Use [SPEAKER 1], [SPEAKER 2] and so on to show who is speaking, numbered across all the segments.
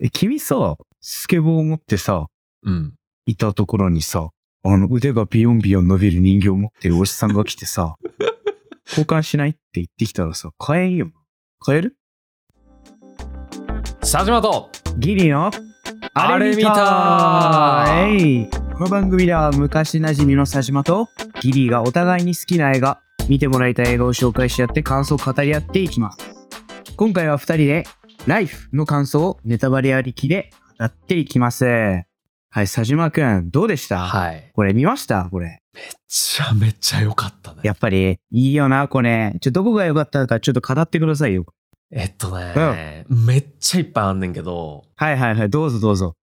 [SPEAKER 1] え、君さ、スケボーを持ってさ、
[SPEAKER 2] うん。
[SPEAKER 1] いたところにさ、あの腕がビヨンビヨン伸びる人形を持ってるおじさんが来てさ、交換しないって言ってきたらさ、買えんよ。買える
[SPEAKER 2] 佐島と
[SPEAKER 1] ギリの
[SPEAKER 2] あれみた
[SPEAKER 1] いこの番組では昔なじみの佐島とギリがお互いに好きな映画見てもらいたい映画を紹介し合って感想を語り合っていきます今回は2人で「ライフの感想をネタバレありきで語っていきますはい佐島くんどうでした、
[SPEAKER 2] はい。
[SPEAKER 1] これ見ましたこれ
[SPEAKER 2] めちゃめちゃ良かったね。
[SPEAKER 1] やっぱりいいよなこれちょどこが良かったかちょっと語ってくださいよ
[SPEAKER 2] えっとね、めっちゃいっぱいあんねんけど、
[SPEAKER 1] はいはいはいどうぞどうぞ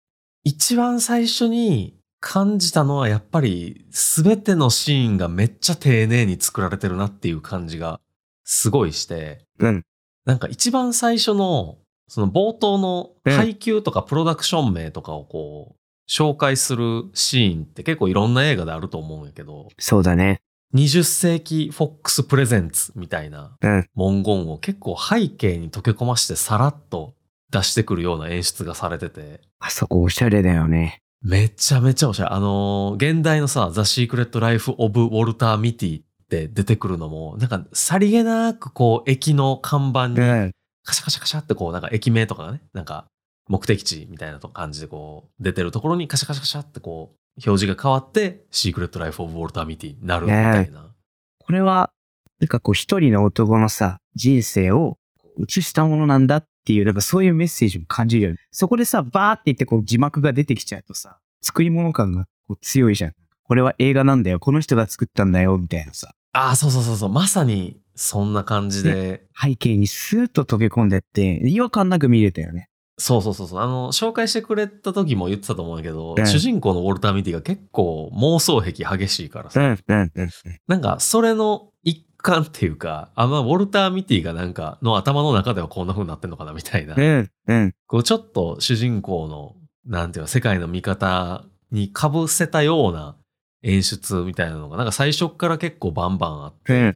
[SPEAKER 2] 一番最初に感じたのはやっぱり全てのシーンがめっちゃ丁寧に作られてるなっていう感じがすごいして、
[SPEAKER 1] うん
[SPEAKER 2] なんか一番最初のその冒頭の
[SPEAKER 1] うん
[SPEAKER 2] 配給とかプロダクション名とかをこう紹介するシーンって結構いろんな映画であると思うんやけど、
[SPEAKER 1] そうだね
[SPEAKER 2] 20世紀フォックスプレゼンツみたいな
[SPEAKER 1] うん
[SPEAKER 2] 文言を結構背景に溶け込ましてさらっと出してくるような演出がされてて、
[SPEAKER 1] あそこおしゃれだよね
[SPEAKER 2] めちゃめちゃおしゃれ。あのー現代のさ、ザ・シークレット・ライフ・オブ・ウォルター・ミティって出てくるのも、なんか、さりげなく、こう、駅の看板に、
[SPEAKER 1] うん
[SPEAKER 2] カシャカシャカシャって、こう、なんか、駅名とかがね、なんか、目的地みたいなと感じで、こう、出てるところに、カシャカシャカシャって、こう、表示が変わって、シークレット・ライフ・オブ・ウォルター・ミティになるみたいな。
[SPEAKER 1] これは、なんかこう一人の男のさ、人生を映したものなんだっていう、なんかそういうメッセージも感じるよね。そこでさ、バーって言ってこう字幕が出てきちゃうとさ、作り物感がこう強いじゃん。これは映画なんだよ。この人が作ったんだよ。みたいなさ。
[SPEAKER 2] ああ、そうそうそうそう。まさに、そんな感じで、
[SPEAKER 1] 背景にスーッと溶け込んでって、違和感なく見れたよね。
[SPEAKER 2] そうそうそうそう。あの、紹介してくれた時も言ってたと思うんだけど、
[SPEAKER 1] うん
[SPEAKER 2] 主人公のウォルター・ミティが結構妄想癖激しいからさ、
[SPEAKER 1] ん、うん、うん。
[SPEAKER 2] なんかそれの一環っていうか、あ、まあ、ウォルター・ミティがなんかの頭の中ではこんな風になってんのかなみたいな、
[SPEAKER 1] ん、うん。
[SPEAKER 2] こうちょっと主人公の、なんていうか、世界の見方に被せたような演出みたいなのが、なんか最初っから結構バンバンあって、
[SPEAKER 1] うん。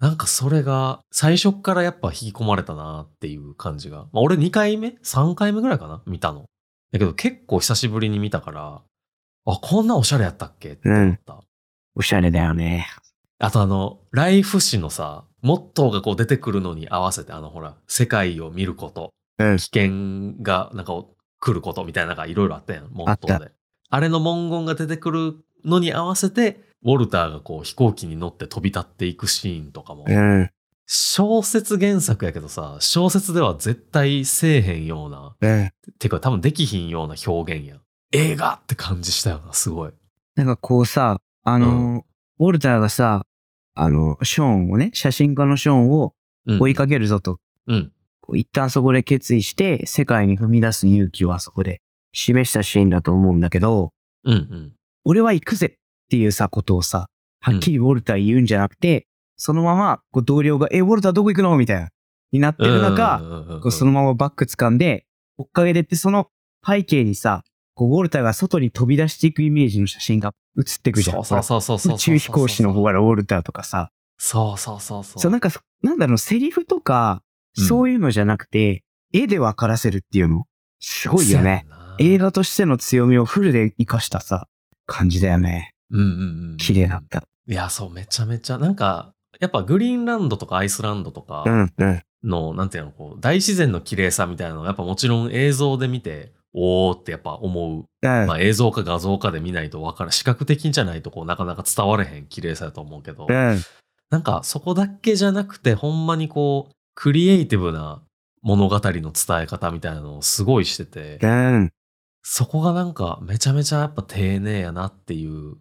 [SPEAKER 2] なんかそれが最初っからやっぱ引き込まれたなっていう感じが。まあ俺2回目 ?3 回目ぐらいかな見たの。だけど結構久しぶりに見たから、あ、こんなおしゃれやったっけって思った。
[SPEAKER 1] おしゃれだよね。
[SPEAKER 2] あとあの、ライフ誌のさ、モットーがこう出てくるのに合わせて、あのほら、世界を見ること、
[SPEAKER 1] うん
[SPEAKER 2] 危険がなんか来ることみたいなのがいろいろあったやん、モット
[SPEAKER 1] あ
[SPEAKER 2] ーで。あれの文言が出てくるのに合わせて、ウォルターがこう飛行機に乗って飛び立っていくシーンとかも、
[SPEAKER 1] ん、
[SPEAKER 2] 小説原作やけどさ、小説では絶対せえへんような、
[SPEAKER 1] うん。
[SPEAKER 2] てか多分できひんような表現やん。映画って感じしたよな、すごい。
[SPEAKER 1] なんかこうさ、あの、ウォルターがさ、あの、ショーンをね、写真家のショーンを
[SPEAKER 2] うん
[SPEAKER 1] 追いかけるぞと、
[SPEAKER 2] うん。
[SPEAKER 1] こう一旦そこで決意して、世界に踏み出す勇気をあそこで示したシーンだと思うんだけど、
[SPEAKER 2] うんうん。
[SPEAKER 1] 俺は行くぜっていうさ、ことをさ、はっきりウォルターに言うんじゃなくて、そのままこう同僚が、え、ウォルターどこ行くのみたいな、になってる中、
[SPEAKER 2] うんうんうんうん
[SPEAKER 1] こうそのままバッグ掴んで、追っかけてって、その背景にさ、こうウォルターが外に飛び出していくイメージの写真が写ってくじゃん。
[SPEAKER 2] そうそうそうそうそうそうそう。
[SPEAKER 1] 宇宙飛行士の方からウォルターとかさ、
[SPEAKER 2] そうそうそうそう。
[SPEAKER 1] そうなんかそ、なんだろう、セリフとか、
[SPEAKER 2] うん
[SPEAKER 1] そういうのじゃなくて、絵で分からせるっていうの、すごいよね。
[SPEAKER 2] そうやんな。
[SPEAKER 1] 映画としての強みをフルで活かしたさ、感じだよね。
[SPEAKER 2] うんうんうん。
[SPEAKER 1] 綺麗だっ。た。
[SPEAKER 2] いや、そう、めちゃめちゃ。なんか、やっぱグリーンランドとかアイスランドとか、
[SPEAKER 1] ん、うん。
[SPEAKER 2] の、なんていうの、こう、大自然の綺麗さみたいなのが、やっぱもちろん映像で見て、おーってやっぱ思う。まあ映像か画像かで見ないと分からん。視覚的じゃないと、こう、なかなか伝われへん綺麗さだと思うけど、
[SPEAKER 1] うん、
[SPEAKER 2] なんかそこだけじゃなくて、ほんまにこう、クリエイティブな物語の伝え方みたいなのをすごいしてて、
[SPEAKER 1] うん。
[SPEAKER 2] そこがなんかめちゃめちゃやっぱ丁寧やなっていう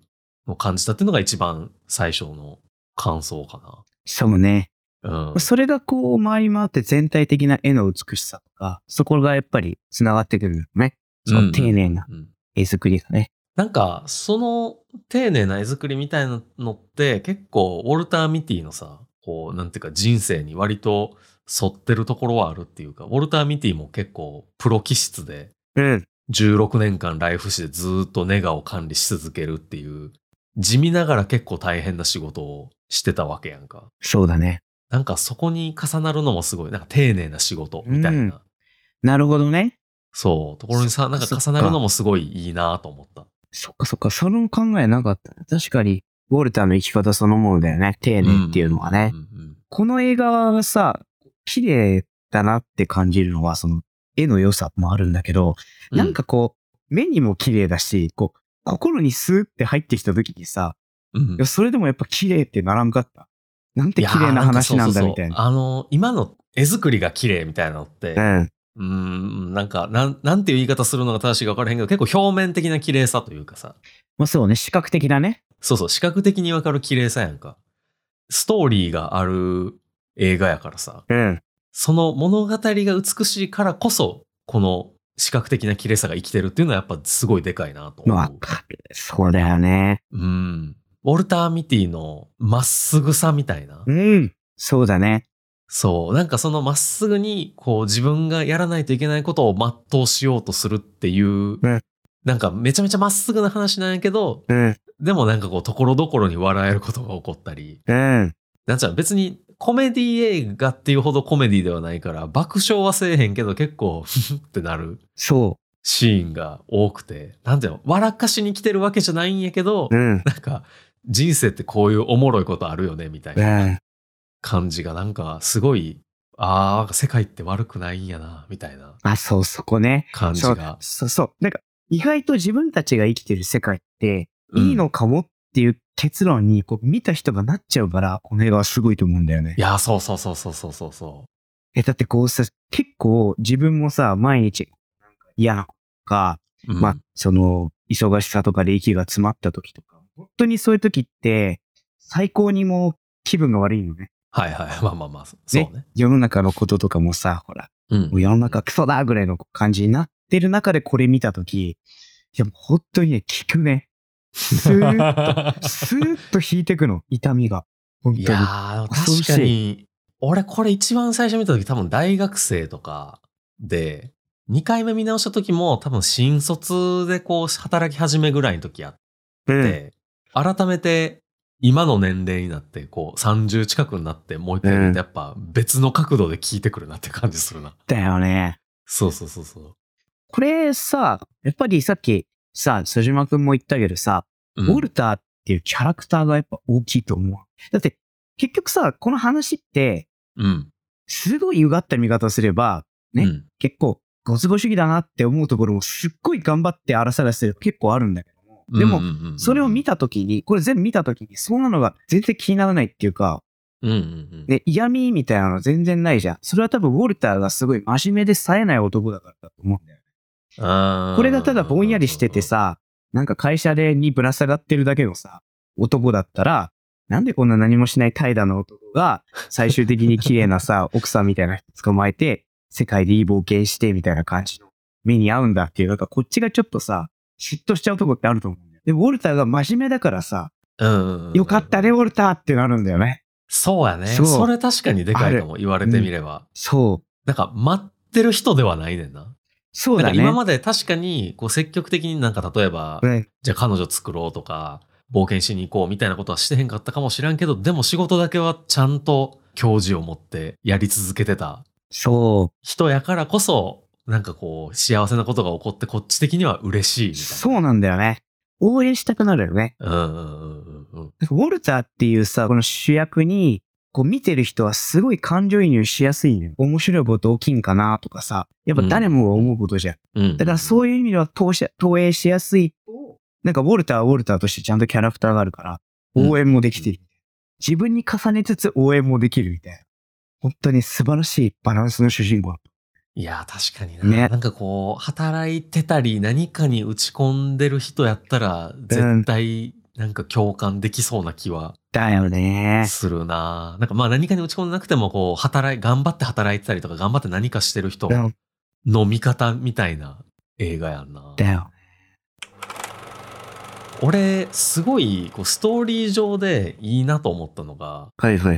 [SPEAKER 2] のを感じたっていうのが一番最初の感想か
[SPEAKER 1] そうね。
[SPEAKER 2] な。うん。
[SPEAKER 1] それがこう、回り回って全体的な絵の美しさとか、そこがやっぱり繋がってくるよね。そ
[SPEAKER 2] うん
[SPEAKER 1] の丁寧な
[SPEAKER 2] うん
[SPEAKER 1] 絵作りがね。
[SPEAKER 2] なんか、その丁寧な絵作りみたいなのって、結構、ウォルター・ミティのさ、こう、なんていうか、人生に割と沿ってるところはあるっていうか、ウォルター・ミティも結構、プロ気質で、
[SPEAKER 1] うん。
[SPEAKER 2] 16年間ライフ誌でずーっとネガを管理し続けるっていう、地味ながら結構大変な仕事をしてたわけやんか。
[SPEAKER 1] そうだね。
[SPEAKER 2] なんかそこに重なるのもすごい、なんか丁寧な仕事みたいな。
[SPEAKER 1] うんなるほどね。
[SPEAKER 2] そう、ところにさ、
[SPEAKER 1] そ
[SPEAKER 2] な
[SPEAKER 1] っ
[SPEAKER 2] ん
[SPEAKER 1] か
[SPEAKER 2] か重なるのもすごいいいなと思った。
[SPEAKER 1] そっかそっか、その考えなかった。確かに、ウォルターの生き方そのものだよね。丁寧っていうのはね。
[SPEAKER 2] うんうん
[SPEAKER 1] この映画がさ、綺麗だなって感じるのは、その絵の良さもあるんだけど、
[SPEAKER 2] うん
[SPEAKER 1] なんか、こう、目にも綺麗だし、こう、心にスーって入ってきた時にさ、
[SPEAKER 2] う
[SPEAKER 1] い
[SPEAKER 2] ん
[SPEAKER 1] や、それでもやっぱ綺麗ってならんかった。なんて
[SPEAKER 2] い
[SPEAKER 1] 綺
[SPEAKER 2] やー
[SPEAKER 1] 麗な話なんだみたいな。
[SPEAKER 2] かそうそうそうあの、今の絵作りが綺麗みたいなのって、
[SPEAKER 1] う。
[SPEAKER 2] うんーん、なんかなん、なんていう言い方するのが正しいか分からへんけど、結構表面的な綺麗さというかさ、
[SPEAKER 1] まあそうね、視覚的だね。
[SPEAKER 2] そうそう、視覚的に分かる綺麗さやんか。ストーリーがある映画やからさ、
[SPEAKER 1] うん。
[SPEAKER 2] その物語が美しいからこそ、この視覚的な綺麗さが生きてるっていうのはやっぱすごいでかいなと思う。
[SPEAKER 1] わかる。そうだよね。
[SPEAKER 2] うん。ウォルター・ミティのまっすぐさみたいな。
[SPEAKER 1] うん。そうだね。
[SPEAKER 2] そう。なんかそのまっすぐに、こう自分がやらないといけないことを全うしようとするっていう、
[SPEAKER 1] ね
[SPEAKER 2] なんかめちゃめちゃまっすぐな話なんやけど、
[SPEAKER 1] うん。
[SPEAKER 2] でもなんかこう、ところどころに笑えることが起こったり、
[SPEAKER 1] うん。
[SPEAKER 2] なんちゃう別にコメディ映画っていうほどコメディではないから、爆笑はせえへんけど結構、ふふってなる
[SPEAKER 1] そ
[SPEAKER 2] シーンが多くて、なんていうの、笑かしに来てるわけじゃないんやけど、
[SPEAKER 1] う。うん。
[SPEAKER 2] なんか、人生ってこういうおもろいことあるよね、みたいな。
[SPEAKER 1] うん。
[SPEAKER 2] 感じがなんかすごい、ああ、世界って悪くないんやな、みたいな
[SPEAKER 1] あ、そう、そこね。
[SPEAKER 2] 感じ
[SPEAKER 1] そう
[SPEAKER 2] が。
[SPEAKER 1] そうそう。なんか、意外と自分たちが生きてる世界って、いい
[SPEAKER 2] うん
[SPEAKER 1] のかもっていう結論に、こう、見た人がなっちゃうから、この映画はすごいと思うんだよね
[SPEAKER 2] い。やー、そうそうそうそうそうそうそ
[SPEAKER 1] え、だってこうさ、結構自分もさ、毎日、なんか嫌なこととか、
[SPEAKER 2] う。うん
[SPEAKER 1] まあ、その、忙しさとかで息が詰まった時とか、本当にそういう時って、最高にもう気分が悪いのね。
[SPEAKER 2] はいはい。まあまあまあ、そそうね。
[SPEAKER 1] 世の中のこととかもさ、ほら、
[SPEAKER 2] うん
[SPEAKER 1] もう世の中クソだぐらいの感じになってる中でこれ見たとき、いやもう本当にね、効くね。スーッと、スーッと引いてくの、痛みが。本当
[SPEAKER 2] い
[SPEAKER 1] に。
[SPEAKER 2] やー、
[SPEAKER 1] 恐ろしい
[SPEAKER 2] 確かに、俺これ一番最初見た時多分大学生とかで、2回目見直した時も多分新卒でこう働き始めぐらいの時あっ
[SPEAKER 1] うん
[SPEAKER 2] て、改めて今の年齢になって、こう30近くになってもう一回見
[SPEAKER 1] う
[SPEAKER 2] る
[SPEAKER 1] ん
[SPEAKER 2] とやっぱ別の角度で聞いてくるなって感じするな。
[SPEAKER 1] だよね。
[SPEAKER 2] そうそうそうそう。
[SPEAKER 1] これさ、やっぱりさっきさ、瀬島くんも言ったけどさ、
[SPEAKER 2] う
[SPEAKER 1] ウォルターっていうキャラクターがやっぱ大きいと思う。だって、結局さ、この話って、
[SPEAKER 2] うん。
[SPEAKER 1] すごい歪った見方すれば、ね
[SPEAKER 2] うん
[SPEAKER 1] 結構、ご都合主義だなって思うところもすっごい頑張って荒さらしてる結構あるんだけども。でも
[SPEAKER 2] うん、うんうんうん
[SPEAKER 1] それを見、たときに、これ全部見たときに、そんなのが全然気にならないっていうか、
[SPEAKER 2] うんうんうん、
[SPEAKER 1] ね、嫌味みたいなの全然ないじゃん。それは多分ウォルターがすごい真面目で冴えない男だからだと思うんだよ。
[SPEAKER 2] あー
[SPEAKER 1] これがただぼんやりしてて、さ、なんか会社でにぶら下がってるだけのさ、男だったら、なんでこんな何もしない怠惰な男が、最終的に綺麗なさ、 奥さんみたいな人捕まえて、世界でいい冒険してみたいな感じの目に合うんだっていう、なんかこっちがちょっとさ、嫉妬しちゃうとこってあると思うんだよ。で、ウォルターが真面目だからさ、
[SPEAKER 2] うんうんうんうん
[SPEAKER 1] よかったね、ウォルターってなるんだよね。
[SPEAKER 2] そうやね。
[SPEAKER 1] そう
[SPEAKER 2] それ確かにでかいかも、言われてみれば。
[SPEAKER 1] そう。
[SPEAKER 2] なんか待ってる人ではないねんな。
[SPEAKER 1] そう
[SPEAKER 2] な
[SPEAKER 1] だ
[SPEAKER 2] ん
[SPEAKER 1] ね。
[SPEAKER 2] か今まで確かにこう積極的になんか例えば、
[SPEAKER 1] うん
[SPEAKER 2] じゃあ彼女作ろうとか、冒険しに行こうみたいなことはしてへんかったかもしらんけど、でも仕事だけはちゃんと教授を持ってやり続けてた
[SPEAKER 1] そ
[SPEAKER 2] 人やからこそ、なんかこう幸せなことが起こってこっち的には嬉しいみ
[SPEAKER 1] う。
[SPEAKER 2] たいな。
[SPEAKER 1] そうなんだよね。応援したくなるよね。
[SPEAKER 2] うんうんうんうんうん。
[SPEAKER 1] なんかウォルターっていうさ、この主役に、こう見てる人はすごい感情移入しやすいね。面白いこと起きんかなとかさ、やっぱ誰もが思うことじゃん。
[SPEAKER 2] うん、
[SPEAKER 1] だから
[SPEAKER 2] う
[SPEAKER 1] そういう意味では投射投影しやすい。なんかウォルターはウォルターとしてちゃんとキャラクターがあるから、
[SPEAKER 2] うん
[SPEAKER 1] 応援もできてる。自分に重ねつつ応援もできるみたいな。本当に素晴らしいバランスの主人公。
[SPEAKER 2] いやー、確かにな、
[SPEAKER 1] ね
[SPEAKER 2] なんかこう、働いてたり、何かに打ち込んでる人やったら、絶対、なんか共感できそうな気は
[SPEAKER 1] だよね。
[SPEAKER 2] するな、なんかまあ何かに打ち込んでなくても、こう、働い、頑張って働いてたりとか、頑張って何かしてる人
[SPEAKER 1] うん
[SPEAKER 2] の見方みたいな映画やんな。
[SPEAKER 1] だよ。
[SPEAKER 2] 俺、すごい、こう、ストーリー上でいいなと思ったのが、
[SPEAKER 1] はいはい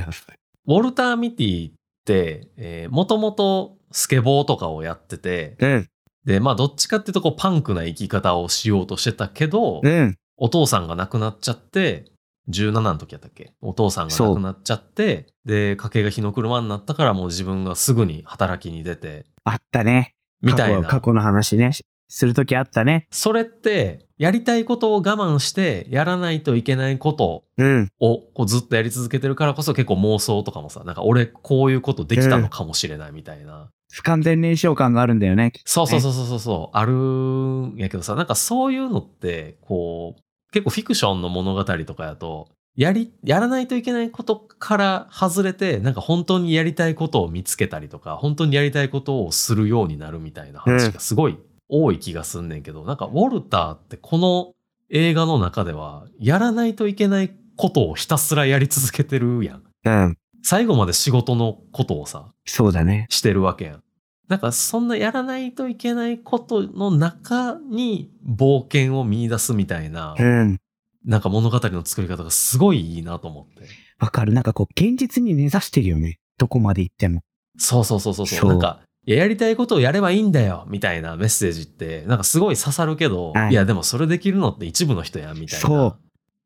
[SPEAKER 1] はい。
[SPEAKER 2] ウォルター・ミティって、えー、もともとスケボーとかをやってて、
[SPEAKER 1] うん、
[SPEAKER 2] で、まあ、どっちかっていうと、こう、パンクな生き方をしようとしてたけど、
[SPEAKER 1] うん、
[SPEAKER 2] お父さんが亡くなっちゃって、17の時やったっけお父さんが亡くなっちゃって、で、家計が火の車になったから、もう自分がすぐに働きに出て、
[SPEAKER 1] あったね。
[SPEAKER 2] みた
[SPEAKER 1] 過去
[SPEAKER 2] いな。
[SPEAKER 1] 過去の話ね。するときあったね。
[SPEAKER 2] それって、やりたいことを我慢して、やらないといけないこと
[SPEAKER 1] うん。
[SPEAKER 2] をこうずっとやり続けてるからこそ結構妄想とかもさ、なんか俺こういうことできたのかもしれないみたいな。
[SPEAKER 1] 不完全燃焼感があるんだよね。
[SPEAKER 2] そうそうそうそうそうそう、あるんやけどさ、なんかそういうのって、こう、結構フィクションの物語とかやと、やり、やらないといけないことから外れて、なんか本当にやりたいことを見つけたりとか、本当にやりたいことをするようになるみたいな話
[SPEAKER 1] う
[SPEAKER 2] がすごい多い気がすんねんけど、なんかウォルターってこの映画の中では、やらないといけないことをひたすらやり続けてるやん。
[SPEAKER 1] うん。
[SPEAKER 2] 最後まで仕事のことをさ、
[SPEAKER 1] そうだね。
[SPEAKER 2] してるわけやん。なんかそんなやらないといけないことの中に冒険を見出すみたいな、
[SPEAKER 1] うん。
[SPEAKER 2] なんか物語の作り方がすごいいいなと思って。
[SPEAKER 1] わかる。なんかこう、現実に根ざしてるよね。どこまで行っても。
[SPEAKER 2] そうそうそうそうそう。
[SPEAKER 1] そう
[SPEAKER 2] なんかいややりたいことをやればいいんだよみたいなメッセージってなんかすごい刺さるけど、
[SPEAKER 1] はい
[SPEAKER 2] い、やでもそれできるのって一部の人やんみたいな。
[SPEAKER 1] そう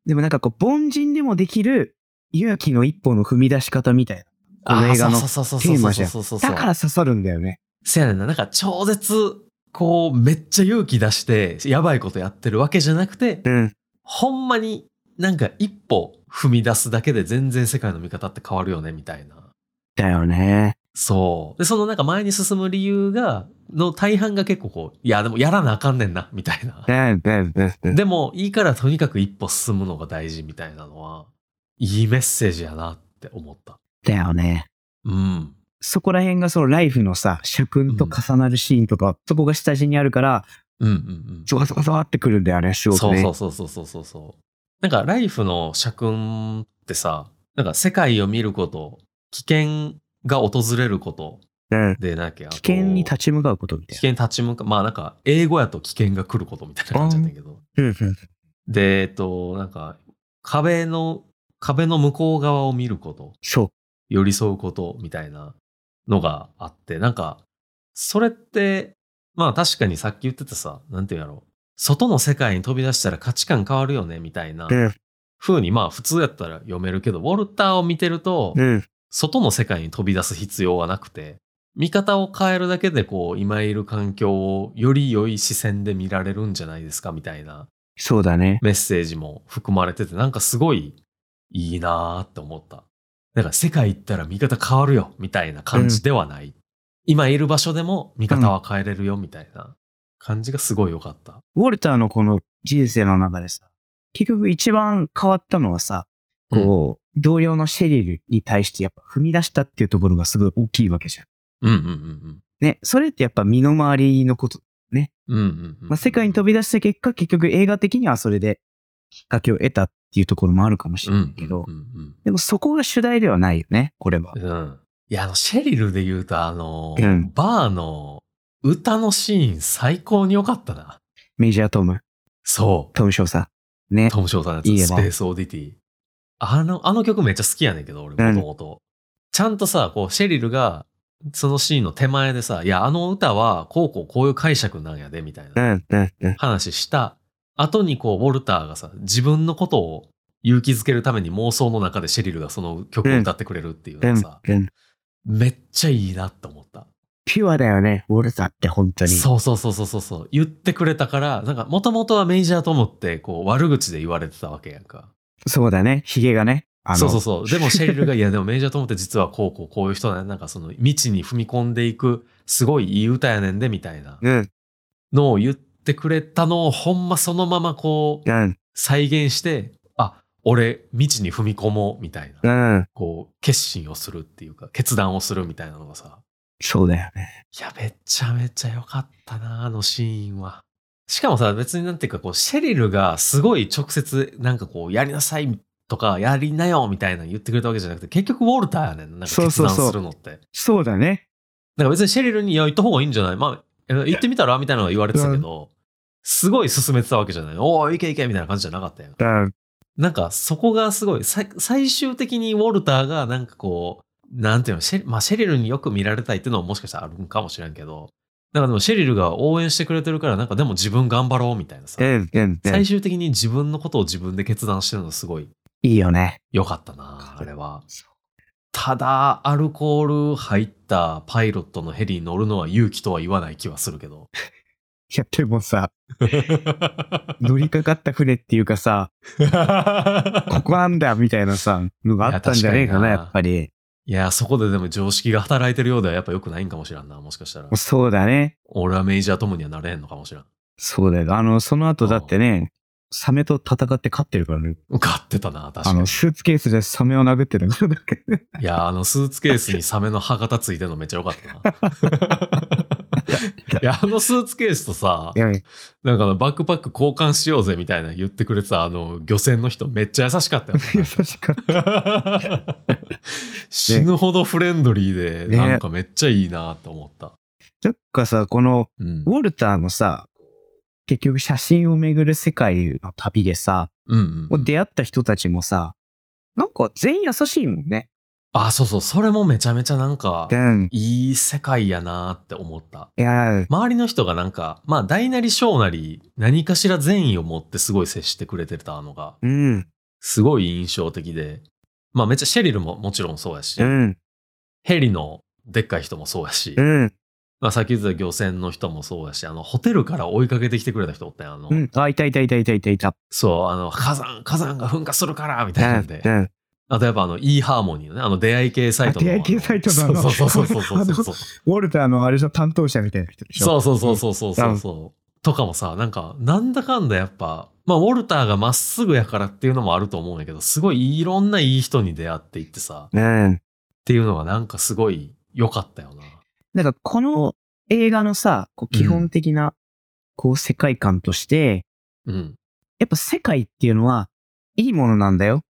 [SPEAKER 1] でもなんかこう、凡人でもできる勇気の一歩の踏み出し方みたいな。この映画の
[SPEAKER 2] テ
[SPEAKER 1] テーマじゃん
[SPEAKER 2] そうそうそうそう
[SPEAKER 1] だから刺さるんだよね。
[SPEAKER 2] せやねんな、なんか超絶こうめっちゃ勇気出してやばいことやってるわけじゃなくて、
[SPEAKER 1] うん。
[SPEAKER 2] ほんまになんか一歩踏み出すだけで全然世界の見方って変わるよねみたいな。
[SPEAKER 1] だよね。
[SPEAKER 2] そう。で、そのなんか前に進む理由が、の大半が結構こう、いやでもやらなあかんねんな、みたいな
[SPEAKER 1] う。ん、うん、うん。
[SPEAKER 2] でもいいからとにかく一歩進むのが大事みたいなのは、いいメッセージやなって思った。
[SPEAKER 1] だよね。
[SPEAKER 2] うん。
[SPEAKER 1] そこら辺がそのライフのさ、社訓と重なるシーンとか、そこが下地にあるから、
[SPEAKER 2] うんうんうん。
[SPEAKER 1] ゾワゾワゾワってくるんだよね、すごく
[SPEAKER 2] そう
[SPEAKER 1] ね。
[SPEAKER 2] そうそうそうそうそうそう。なんかライフの社訓ってさ、なんか世界を見ること、危険が訪れること
[SPEAKER 1] うん。
[SPEAKER 2] でなきゃ。
[SPEAKER 1] 危険に立ち向かうことみたい
[SPEAKER 2] 危険立ち向かまあなんか英語やと危険が来ることみたいな感じだったけど
[SPEAKER 1] な。うん、うん。
[SPEAKER 2] でえっとなんか壁の壁の向こう側を見ること
[SPEAKER 1] そう。
[SPEAKER 2] 寄り添うことみたいなのがあってなんかそれってまあ確かにさっき言ってたさなんていうんやろう外の世界に飛び出したら価値観変わるよねみたいな
[SPEAKER 1] うん、
[SPEAKER 2] 風にまあ普通やったら読めるけどウォルターを見てると
[SPEAKER 1] うん。
[SPEAKER 2] 外の世界に飛び出す必要はなくて、見方を変えるだけでこう、今いる環境をより良い視線で見られるんじゃないですかみたいな
[SPEAKER 1] そうだね。
[SPEAKER 2] メッセージも含まれてて、なんかすごいいいなーって思った。なんか世界行ったら見方変わるよみたいな感じではない。今いる場所でも見方は変えれるよみたいな感じがすごい良かった。
[SPEAKER 1] ウォルターのこの人生の中でさ、結局一番変わったのはさ、こう、同僚のシェリルに対してやっぱ踏み出したっていうところがすごい大きいわけじゃん。
[SPEAKER 2] うんうんうん
[SPEAKER 1] ね、それってやっぱ身の回りのこと。
[SPEAKER 2] うん。うんうんうん。
[SPEAKER 1] まあ、世界に飛び出した結果、結局映画的にはそれできっかけを得たっていうところもあるかもしれないけど、
[SPEAKER 2] うんうんうんうん
[SPEAKER 1] でもそこが主題ではないよね、これは。
[SPEAKER 2] うん。いや、あの、シェリルで言うと、あの、
[SPEAKER 1] うん
[SPEAKER 2] バーの歌のシーン最高に良かったな。
[SPEAKER 1] メジャートム、
[SPEAKER 2] そ
[SPEAKER 1] トムショーさん。ね
[SPEAKER 2] う。。トム・ショーさんのやつ、
[SPEAKER 1] いいよ
[SPEAKER 2] ス
[SPEAKER 1] な
[SPEAKER 2] ペース・オーディティ。あの、あの曲めっちゃ好きやねんけど、俺
[SPEAKER 1] う
[SPEAKER 2] も
[SPEAKER 1] ん
[SPEAKER 2] ともと。ちゃんとさ、こう、シェリルが、そのシーンの手前でさ、いや、あの歌は、こうこうこういう解釈なんやで、みたいな。
[SPEAKER 1] ん、うん、うん。
[SPEAKER 2] 話した後にこう、ウォルターがさ、自分のことを勇気づけるために妄想の中でシェリルがその曲を歌ってくれるっていうのがさ、
[SPEAKER 1] うん、うん。
[SPEAKER 2] めっちゃいいなって思った。
[SPEAKER 1] ピュアだよね、ウォルターって本当に。
[SPEAKER 2] そうそうそうそうそうそう。言ってくれたから、なんか、もともとはメジャートムって、こう、悪口で言われてたわけやんか。
[SPEAKER 1] そうだね、ヒゲがね。あの
[SPEAKER 2] そうそうそう。でも、シェリルが、いや、でもメジャートムって実はこう、こう、こういう人だね。なんか、その、未知に踏み込んでいく、すごいいい歌やねんで、みたいな
[SPEAKER 1] うん、
[SPEAKER 2] のを言ってくれたのを、ほんまそのまま、こう、
[SPEAKER 1] うん、
[SPEAKER 2] 再現して、あ、俺、未知に踏み込もう、みたいな。
[SPEAKER 1] うん。
[SPEAKER 2] こう、決心をするっていうか、決断をするみたいなのがさ、
[SPEAKER 1] そうだよね。
[SPEAKER 2] いや、めちゃめちゃ良かったな、あのシーンは。しかもさ、別になんていうか、こう、シェリルがすごい直接、なんかこう、やりなさいとか、やりなよみたいなの言ってくれたわけじゃなくて、結局ウォルターやねん。なんか
[SPEAKER 1] そう
[SPEAKER 2] 決
[SPEAKER 1] そう
[SPEAKER 2] 断
[SPEAKER 1] そう
[SPEAKER 2] するのって。
[SPEAKER 1] そうだね。
[SPEAKER 2] なんか別にシェリルに、いや、行った方がいいんじゃないまあ、え行ってみたらみたいなのが言われてたけど、すごい勧めてたわけじゃない。おー、行け行けみたいな感じじゃなかったやん。
[SPEAKER 1] うん、
[SPEAKER 2] なんかそこがすごい、さ最終的にウォルターがなんかこう、なんていうの、シェ,、まあ、シェリルによく見られたいっていうのももしかしたらあるんかもしれんけど、なんかでもシェリルが応援してくれてるから、なんかでも自分頑張ろうみたいなさ、
[SPEAKER 1] うん、うん。うん
[SPEAKER 2] 最終的に自分のことを自分で決断してるのすごい
[SPEAKER 1] いいよね。
[SPEAKER 2] 良かったな、あれは。ただアルコール入ったパイロットのヘリに乗るのは勇気とは言わない気はするけど。
[SPEAKER 1] いや、でもさ、乗りかかった船っていうかさ、 ここなんだみたいなさ、のがあったんじゃねえかな、
[SPEAKER 2] いや
[SPEAKER 1] やっぱり。
[SPEAKER 2] いや、そこででも常識が働いてるようではやっぱ良くないんかもしらんな、もしかしたら。
[SPEAKER 1] そうだね。
[SPEAKER 2] 俺はメイジャートムにはなれへんのかもしらん。
[SPEAKER 1] そうだよ。あの、その後だってね、サメと戦って勝ってるからね。
[SPEAKER 2] 勝ってたな、確か
[SPEAKER 1] あ
[SPEAKER 2] に
[SPEAKER 1] の、。スーツケースでサメを殴ってる。
[SPEAKER 2] いや、あのスーツケースにサメの歯型ついてるのめっちゃ良かったな。いや、あのスーツケースとさ
[SPEAKER 1] い、やい
[SPEAKER 2] なんかあのバックパック交換しようぜみたいな言ってくれてたあの漁船の人めっちゃ優しかったよね。
[SPEAKER 1] や、確か
[SPEAKER 2] 死ぬほどフレンドリー
[SPEAKER 1] ね
[SPEAKER 2] で、なんかめっちゃいいなと思った。
[SPEAKER 1] てかさ、この、
[SPEAKER 2] うん
[SPEAKER 1] ウ。ォルターのさ、結局写真を巡る世界の旅でさ、
[SPEAKER 2] うんうん。
[SPEAKER 1] 出会った人たちもさ、なんか全員優しいもんね。
[SPEAKER 2] あ、そうそう、それもめちゃめちゃなんか
[SPEAKER 1] う、ん。
[SPEAKER 2] いい世界やなって思った。
[SPEAKER 1] いや、
[SPEAKER 2] 周りの人がなんか、まあ大なり小なり何かしら善意を持ってすごい接してくれてたのが、
[SPEAKER 1] うん、
[SPEAKER 2] すごい印象的で、まあめっちゃシェリルももちろんそうやし、
[SPEAKER 1] うん、
[SPEAKER 2] ヘリのでっかい人もそうやし、
[SPEAKER 1] うん、
[SPEAKER 2] まあさっき言ってた漁船の人もそうやし、あのホテルから追いかけてきてくれた人おったやんあの、
[SPEAKER 1] うん。あ、いたいたいたいたいたいた。
[SPEAKER 2] そう、あの火山、火山が噴火するからみ
[SPEAKER 1] う
[SPEAKER 2] たいなんで、
[SPEAKER 1] ん、
[SPEAKER 2] あとやっぱあの e ハーモニーのね、あの出会い系サイトの。
[SPEAKER 1] あ出会い系サイトのあの
[SPEAKER 2] そうそうそうそうそうそうそう。
[SPEAKER 1] ウォルターのあれじゃ担当者みたいな人でし
[SPEAKER 2] そ
[SPEAKER 1] ょ。
[SPEAKER 2] うそうそうそうそうそうそう。とかもさ、なんか、なんだかんだやっぱ、まあ、ウォルターがまっすぐやからっていうのもあると思うんやけど、すごいいろんないい人に出会っていってさ、っ
[SPEAKER 1] う。うん。
[SPEAKER 2] ていうのがなんかすごい良かったよな。
[SPEAKER 1] なんかこの映画のさ、こう基本的な、こう世界観として、
[SPEAKER 2] うん。
[SPEAKER 1] やっぱ世界っていうのはいいものなんだよ。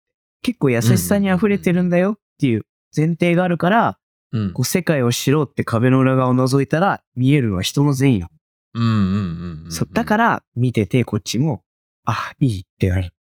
[SPEAKER 1] 結構優しさに溢れてるんだよっていう前提があるから、
[SPEAKER 2] うん
[SPEAKER 1] こ。う世界を知ろうって壁の裏側を覗いたら見えるのは人の善意なの。
[SPEAKER 2] うんうんうんうん。
[SPEAKER 1] そうだか。ら見ててこっちも、あ、いいってなる。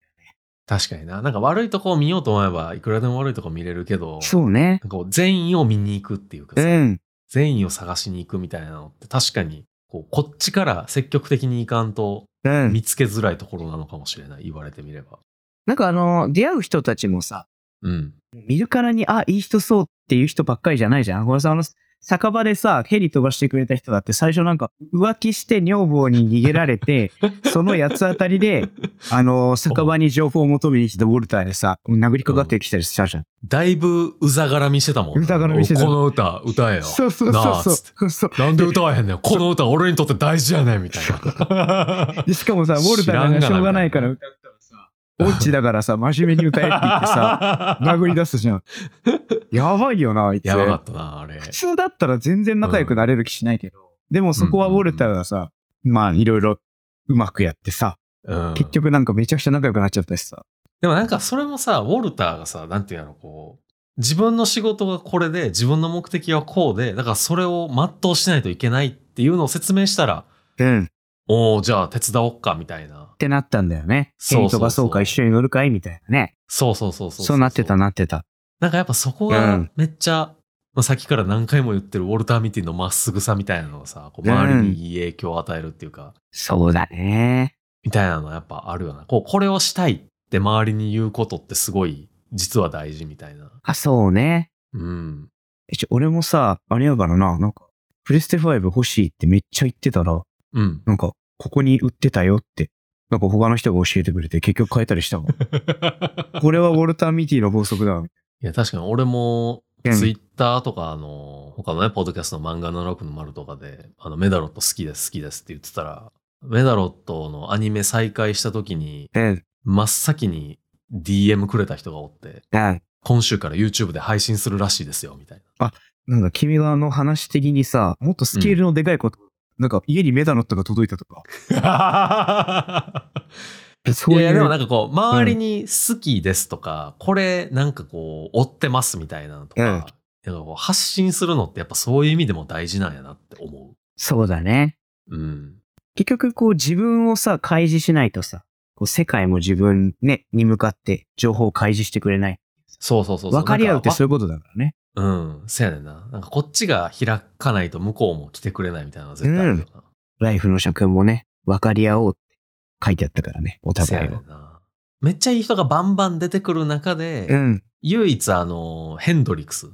[SPEAKER 2] 確かにな。なんか悪いとこを見ようと思えば、いくらでも悪いとこ見れるけど、
[SPEAKER 1] そうね。
[SPEAKER 2] なんかこう善意を見に行くっていうか
[SPEAKER 1] う
[SPEAKER 2] さ、
[SPEAKER 1] ん。
[SPEAKER 2] 善意を探しに行くみたいなのって確かに、こう、こっちから積極的に行かんと
[SPEAKER 1] うん
[SPEAKER 2] 見。つけづらいところなのかもしれない。言われてみれば。
[SPEAKER 1] なんかあの、出会う人たちもさ、
[SPEAKER 2] うん。
[SPEAKER 1] 見るからに、あ、いい人そうっていう人ばっかりじゃないじゃん。これさ、あの、酒場でさ、ヘリ飛ばしてくれた人だって最初なんか浮気して女房に逃げられ て、その八つ当たりで、あの、酒場に情報を求めに来たウォルターでさ、殴りかかってきたりしたじゃん。
[SPEAKER 2] だいぶうざがらみしてたもんな。
[SPEAKER 1] うざがらみしてた
[SPEAKER 2] この歌、歌えよ。
[SPEAKER 1] そうそうそうそう
[SPEAKER 2] なあつ っ
[SPEAKER 1] そうそう。
[SPEAKER 2] てなんで歌えへんねん。この歌、俺にとって大事やねん、みたいな。
[SPEAKER 1] でしかもさ、ウォルターが
[SPEAKER 2] 知らんがな
[SPEAKER 1] しょうがないから歌ったらさ、オッチだからさ、真面目に歌えって言って さ、殴り出すじゃん。やばいよな、あいつ。
[SPEAKER 2] やばかったな、あれ。
[SPEAKER 1] 普通だったら全然仲良くなれる気しないけど、でもそこはウォルターがさ、まあいろいろうまくやってさ、
[SPEAKER 2] うん、
[SPEAKER 1] 結局なんかめちゃくちゃ仲良くなっちゃったしさ。
[SPEAKER 2] でもなんかそれもさ、ウォルターがさ、なんていうのこう、自分の仕事がこれで、自分の目的はこうで、だからそれを全うしないといけないっていうのを説明したら、
[SPEAKER 1] うん。っ
[SPEAKER 2] おーじゃあ手伝おっか、みたいな。
[SPEAKER 1] てなったんだよね。
[SPEAKER 2] そうそうそう
[SPEAKER 1] ヘリ飛ばそうか一緒に乗るかいみたいなね。
[SPEAKER 2] そうそうそうそう
[SPEAKER 1] そうなってたなってた。
[SPEAKER 2] なんかやっぱそこ
[SPEAKER 1] う
[SPEAKER 2] が
[SPEAKER 1] ん
[SPEAKER 2] めっちゃ、まあ、さっきから何回も言ってるウォルター・ミティのまっすぐさみたいなのがさ、こう周りにいい影響を与えるっていうか、
[SPEAKER 1] そうだね。
[SPEAKER 2] みたいなのやっぱあるよな。こう、これをしたいって周りに言うことってすごい、実は大事みたいな。
[SPEAKER 1] あ、そうね。
[SPEAKER 2] うん。
[SPEAKER 1] えちょ俺もさ、あれやからな、なんか、プレステ5欲しいってめっちゃ言ってたら、
[SPEAKER 2] う ん。
[SPEAKER 1] なんか、ここに売ってたよって、なんか他の人が教えてくれて結局買えたりした もん。これはウォルター・ミティの法則だ。
[SPEAKER 2] いや、確かに俺も、
[SPEAKER 1] うん
[SPEAKER 2] ツイッターとか、あの、他のね、ポッドキャストの漫画760とかで、あの、メダロット好きです、好きですって言ってたら、メダロットのアニメ再開した時に、
[SPEAKER 1] うん。
[SPEAKER 2] 真っ先に DM くれた人がおって、
[SPEAKER 1] うん。
[SPEAKER 2] 今週から YouTube で配信するらしいですよ、みたいな。
[SPEAKER 1] なんか君があの話的にさ、もっとスケールのでかいこと、なんか家にメダロットが届いたとか。 そ
[SPEAKER 2] いうや
[SPEAKER 1] いう。
[SPEAKER 2] いや、でもなんかこう、周りに好きですとか、これなんかこう、追ってますみたいなのと
[SPEAKER 1] うん
[SPEAKER 2] か、なんかこう発信するのってやっぱそういう意味でも大事なんやなって思
[SPEAKER 1] そうだね。
[SPEAKER 2] う。うん。
[SPEAKER 1] 結局こう自分をさ、開示しないとさ、こう世界も自分、ね、に向かって情報を開示してくれない。
[SPEAKER 2] そうそうそうそう。
[SPEAKER 1] 分かり合うってそういう
[SPEAKER 2] う。
[SPEAKER 1] ことだからね。
[SPEAKER 2] うん。そうやねんな。なんかこっちが開かないと向こうも来てくれないみたいなのは絶対あるよな。
[SPEAKER 1] ライフの社訓もね、分かり合おうって書いてあったからね、お
[SPEAKER 2] そうや
[SPEAKER 1] 互い
[SPEAKER 2] ね
[SPEAKER 1] を。
[SPEAKER 2] んな。めっちゃいい人がバンバン出てくる中
[SPEAKER 1] う
[SPEAKER 2] で、
[SPEAKER 1] ん。
[SPEAKER 2] 唯一あの、ヘンドリクス。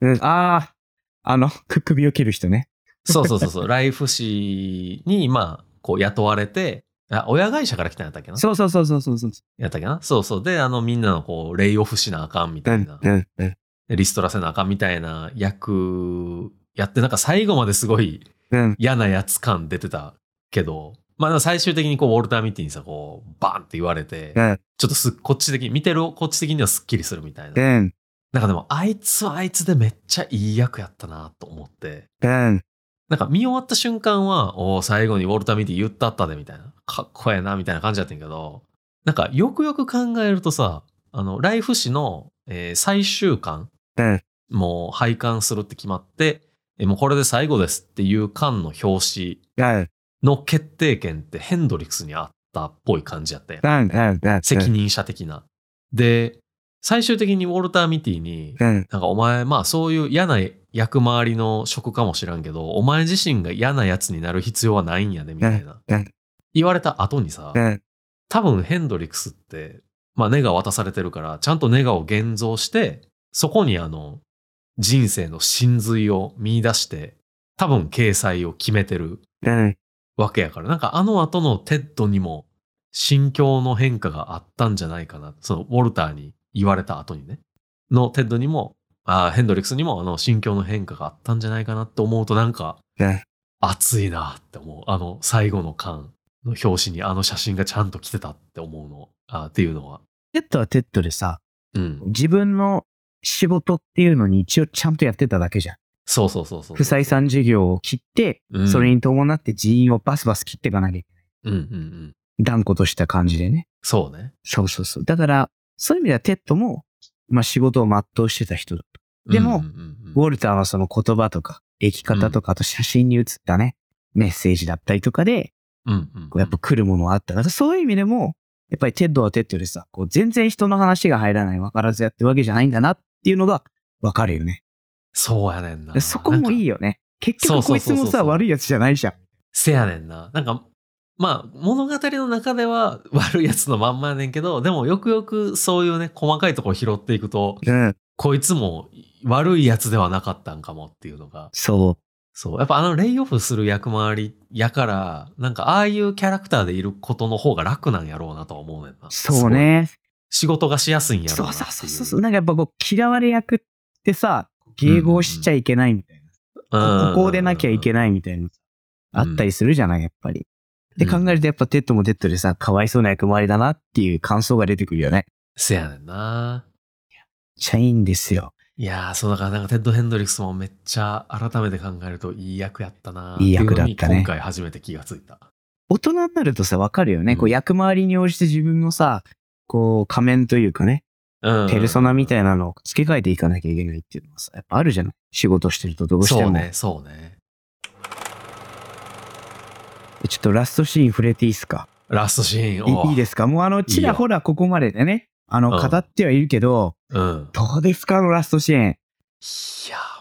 [SPEAKER 1] うん、ああ、あの、く首を切る人ね。
[SPEAKER 2] そうそうそうそう、ライフ誌に、まあ、こう雇われて、あ、親会社から来たんやったっけ な
[SPEAKER 1] そうそうそうそうそうそう。
[SPEAKER 2] やったっけなそうそう。で、あの、みんなのこう、レイオフしなあかんみたいな。
[SPEAKER 1] ん、うん。
[SPEAKER 2] でリストラせなあかんみたいな役やって、なんか最後まですごい
[SPEAKER 1] うん、
[SPEAKER 2] 嫌なやつ感出てたけど、まあでも最終的にこう、ウォルター・ミッティにさ、こう、バーンって言われて、
[SPEAKER 1] うん、
[SPEAKER 2] ちょっとす、こっち的に、見てるこっち的にはスッキリするみたいな。
[SPEAKER 1] うん、
[SPEAKER 2] なんかでも、あいつはあいつでめっちゃいい役やったなと思って。
[SPEAKER 1] うん。
[SPEAKER 2] なんか見終わった瞬間は、おー最後にウォルター・ミティ言ったったで、みたいな。かっこええな、みたいな感じだったんやけど、なんかよくよく考えるとさ、あの、ライフ誌の、えー最終巻、
[SPEAKER 1] うん
[SPEAKER 2] もう廃刊するって決まって、えもうこれで最後ですっていう巻の表紙
[SPEAKER 1] うん、
[SPEAKER 2] の決定権ってヘンドリックスにあったっぽい感じやったやん。
[SPEAKER 1] うん、うん、うん。
[SPEAKER 2] 責任者的な。で、最終的にウォルター・ミティに、
[SPEAKER 1] うん、
[SPEAKER 2] なんかお前、まあそういう嫌な役回りの職かもしらんけど、お前自身が嫌なやつになる必要はないんやで、みたいな
[SPEAKER 1] うんうん。
[SPEAKER 2] 言われた後にさ
[SPEAKER 1] う、ん、
[SPEAKER 2] 多分ヘンドリックスって、まあネガ渡されてるから、ちゃんとネガを現像して、そこにあの、人生の真髄を見出して、多分掲載を決めてる
[SPEAKER 1] うん、
[SPEAKER 2] わけやから、なんかあの後のテッドにも心境の変化があったんじゃないかな。そのウォルターに言われた後にね。のテッドにも、あーヘンドリックスにもあの心境の変化があったんじゃないかなって思うとなんか
[SPEAKER 1] ね
[SPEAKER 2] 熱いなって思う。あの最後の巻の表紙にあの写真がちゃんと来てたって思うの。あーっていうのは。
[SPEAKER 1] テッドはテッドでさ、
[SPEAKER 2] うん。
[SPEAKER 1] 自分の仕事っていうのに一応ちゃんとやってただけじゃん。
[SPEAKER 2] そうそうそうそう。
[SPEAKER 1] 不採算事業を切って、
[SPEAKER 2] うん
[SPEAKER 1] それに伴って人員をバスバス切っていかなきゃいけない。
[SPEAKER 2] うんうんうん。
[SPEAKER 1] 断固とした感じでね。
[SPEAKER 2] そうね。
[SPEAKER 1] そうそうそう。だから、そういう意味ではテッドも、まあ仕事を全うしてた人だと。でも
[SPEAKER 2] うんうんうん
[SPEAKER 1] ウォルターはその言葉とか、生き方とか、あと写真に写ったね、メッセージだったりとかで、
[SPEAKER 2] うんうん
[SPEAKER 1] こうやっぱ来るものはあった。だからそういう意味でも、やっぱりテッドはテッドでさ、こう全然人の話が入らない、分からずやってるわけじゃないんだなっていうのが分かるよね。
[SPEAKER 2] そうやねんな。
[SPEAKER 1] そこもいい
[SPEAKER 2] よ
[SPEAKER 1] よね。結
[SPEAKER 2] そう
[SPEAKER 1] 局
[SPEAKER 2] そ
[SPEAKER 1] こ
[SPEAKER 2] う
[SPEAKER 1] いつ
[SPEAKER 2] そうそう
[SPEAKER 1] もさ、悪いやつじゃないじゃん。
[SPEAKER 2] せやねんな。なんか、まあ、物語の中では 悪いやつのまんまやねんけど、でもよくよくそういうね、細かいところ拾っていくと、
[SPEAKER 1] うん。
[SPEAKER 2] こいつも悪いやつではなかったんかもっていうのが、
[SPEAKER 1] そ
[SPEAKER 2] そう。やっぱあの、レイオフする役回りやから、なんかああいうキャラクターでいることの方が楽なんやろうなとは思うねんな。
[SPEAKER 1] う。そうね。
[SPEAKER 2] すごい。仕事がしやすいんやろ
[SPEAKER 1] そうう
[SPEAKER 2] なって
[SPEAKER 1] そ
[SPEAKER 2] いう
[SPEAKER 1] そうそうそう。なんかやっぱこう、嫌われ役ってさ、迎合しちゃいけないみたいな。
[SPEAKER 2] うん
[SPEAKER 1] ここでなきゃいけないみたいな。あったりするじゃない、やっぱり。で考えるとやっぱテッドもテッドでさ、かわいそうな役回りだなっていう感想が出てくるよね。
[SPEAKER 2] せやねんな。
[SPEAKER 1] めっちゃいいんですよ。
[SPEAKER 2] いやー、そうだからなんかテッド・ヘンドリックスもめっちゃ改めて考えるといい役やったなー
[SPEAKER 1] いい役だったね
[SPEAKER 2] ていうのに今回初めて気がついた。
[SPEAKER 1] 大人になるとさ、わかるよね。
[SPEAKER 2] うん
[SPEAKER 1] こう役回りに応じて自分のさ、こう仮面というかね、
[SPEAKER 2] うん
[SPEAKER 1] ペルソナみ
[SPEAKER 2] い
[SPEAKER 1] たいなのを付け替えていかなきゃいけないっていうのはさ、やっぱあるじゃない仕事してるとどうして
[SPEAKER 2] そう
[SPEAKER 1] も。
[SPEAKER 2] ね、そうね。
[SPEAKER 1] ちょっとラストシーン触れていいですか
[SPEAKER 2] ラストシーン
[SPEAKER 1] い
[SPEAKER 2] を。。
[SPEAKER 1] いいですすかもうあの、ちらほらここまででね、あの、
[SPEAKER 2] うん
[SPEAKER 1] 語ってはいるけど、
[SPEAKER 2] うん。
[SPEAKER 1] どうですかあのラストシーン。
[SPEAKER 2] いや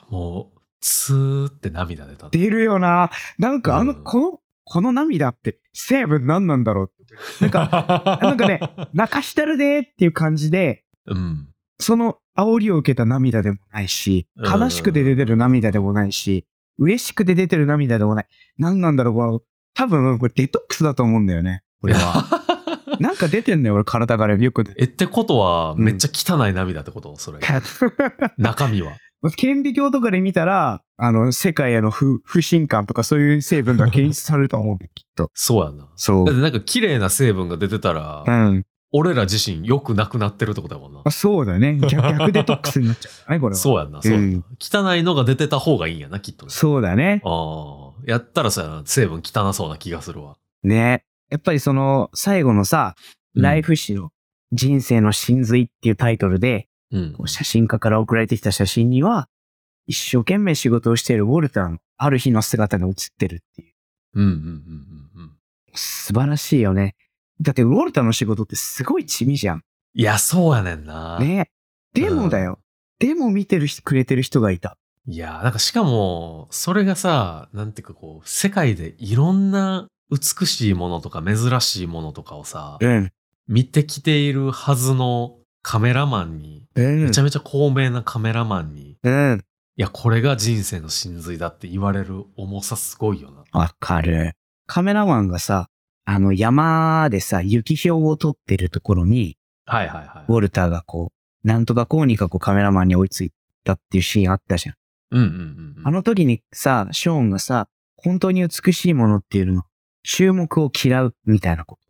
[SPEAKER 2] ー、もう、ツーって涙出た。
[SPEAKER 1] 出るよな。なんかあの、
[SPEAKER 2] うん
[SPEAKER 1] この、この涙って成分何なんだろうって。なん か、
[SPEAKER 2] か
[SPEAKER 1] なんかね、泣かしたるでーっていう感じで、
[SPEAKER 2] うん。
[SPEAKER 1] その煽りを受けた涙でもないし、
[SPEAKER 2] うん
[SPEAKER 1] 悲しくて出てる涙でもないし、嬉しくて出てる涙でもない。何なんだろう、この多分これデトックスだと思うんだよね、これ は。なんか出てんだよ、俺体からよく出て。
[SPEAKER 2] え、ってことは、
[SPEAKER 1] うん
[SPEAKER 2] めっちゃ汚い涙ってことそれ。中身は。
[SPEAKER 1] 顕微鏡とかで見たら、あの、世界への不不信感とかそういう成分が検出されると 思うんだよ、きっと。
[SPEAKER 2] そうやな。
[SPEAKER 1] そ
[SPEAKER 2] だっ
[SPEAKER 1] う。
[SPEAKER 2] てなんか綺麗な成分が出てたら、
[SPEAKER 1] うん。
[SPEAKER 2] 俺ら自身良くなくなってるってことやもんな
[SPEAKER 1] まあ、。そうだね。逆逆デトックスになっちゃうね、これは。
[SPEAKER 2] そうやんな、そうやん
[SPEAKER 1] うん
[SPEAKER 2] な。汚いのが出てた方がいいんやな、きっとね。
[SPEAKER 1] そうだね。
[SPEAKER 2] ああ、やったらさ、成分汚そうな気がするわ。
[SPEAKER 1] ね。やっぱりその、最後のさ、
[SPEAKER 2] うん
[SPEAKER 1] ライフ誌の人生の真髄っていうタイトルで、
[SPEAKER 2] うん
[SPEAKER 1] こう写真家から送られてきた写真には、一生懸命仕事をしているウォルターのある日の姿が写ってるっていう。
[SPEAKER 2] うんうんうんうんうん。
[SPEAKER 1] 素晴らしいよね。だってウォルターの仕事ってすごい地味じゃん。
[SPEAKER 2] いや、そうやねんな。
[SPEAKER 1] ね。でもだよ。でも見てる人くれてる人がいた。
[SPEAKER 2] いや、なんかしかも、それがさ、なんていうかこう、世界でいろんな美しいものとか珍しいものとかをさ、
[SPEAKER 1] ん。
[SPEAKER 2] 見てきているはずのカメラマンに、
[SPEAKER 1] うん
[SPEAKER 2] めちゃめちゃ高名なカメラマンに、い
[SPEAKER 1] うん。
[SPEAKER 2] や、これが人生の真髄だって言われる重さすごいよな。
[SPEAKER 1] わかる。カメラマンがさ、あの山でさ、雪氷を撮ってるところに、
[SPEAKER 2] はいはいはい。
[SPEAKER 1] ウォルターがこう、なんとかこうにかこうカメラマンに追いついたっていうシーンあったじゃん。
[SPEAKER 2] うんうんうん。
[SPEAKER 1] あ、の時にさ、ショーンがさ、本当に美しいものっていうの、注目を嫌うみたいなこと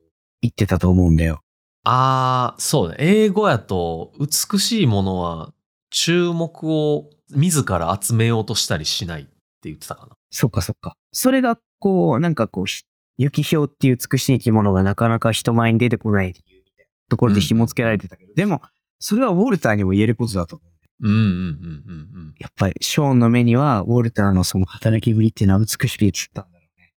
[SPEAKER 1] 言ってたと思うんだよ。
[SPEAKER 2] あー、そうね。英語やと、美しいものは注目を自ら集めようとしたりしないって言ってたかな。
[SPEAKER 1] そっかそっか。それがこう、なんかこう、ひ雪氷っていう美しい生き物がなかなか人前に出てこない理由みたいなところで紐付けられてたけど、でも、それはウォルターにも言えることだと思う。
[SPEAKER 2] うんうんうんうんうん。
[SPEAKER 1] やっぱり、ショーンの目には、ウォルターのその働きぶりっていうのは美しく映ったんだろうね。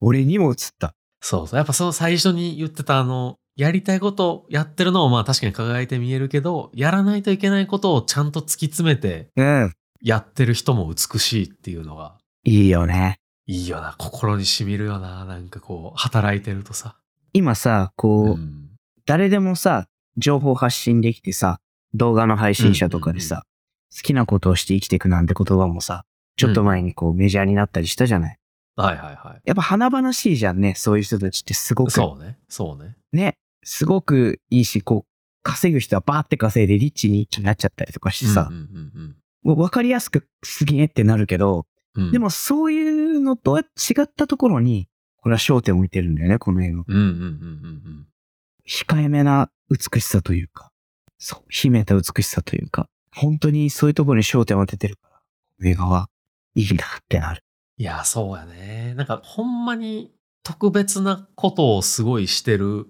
[SPEAKER 1] 俺にも映った。
[SPEAKER 2] そうそう。やっぱその最初に言ってたあの、やりたいことやってるのもまあ確かに輝いて見えるけど、やらないといけないことをちゃんと突き詰めて
[SPEAKER 1] うん。
[SPEAKER 2] やってる人も美しいっていうのが
[SPEAKER 1] いいよね。
[SPEAKER 2] いいよな。心に染みるよな。なんかこう、働いてるとさ。
[SPEAKER 1] 今さ、こう、
[SPEAKER 2] うん
[SPEAKER 1] 誰でもさ、情報発信できてさ、動画の配信者とかでさ、
[SPEAKER 2] う
[SPEAKER 1] 好きなことをして生きていくなんて言葉もさ、ちょっと前にこうメジャーになったりしたじゃない。
[SPEAKER 2] はいはいは
[SPEAKER 1] やっぱ華々しいじゃんね、そういう人たちってすご
[SPEAKER 2] い。
[SPEAKER 1] く。
[SPEAKER 2] そうね。そうね。
[SPEAKER 1] ね、すごくいいし、こう、稼ぐ人はバーって稼いでリッチに一気になっちゃったりとかしてさ
[SPEAKER 2] うん、うん
[SPEAKER 1] もうわかりやすくすげえってなるけど、
[SPEAKER 2] うんうん。
[SPEAKER 1] でもそういうのとは違ったところに、これは焦点を置いてるんだよね、この映画。
[SPEAKER 2] うんうんうんうん
[SPEAKER 1] 控えめな美しさというか、そう、秘めた美しさというか、本当にそういうところに焦点を当ててるから、映画はいいなってなる。
[SPEAKER 2] いや、そうやね。なんか、ほんまに特別なことをすごいしてる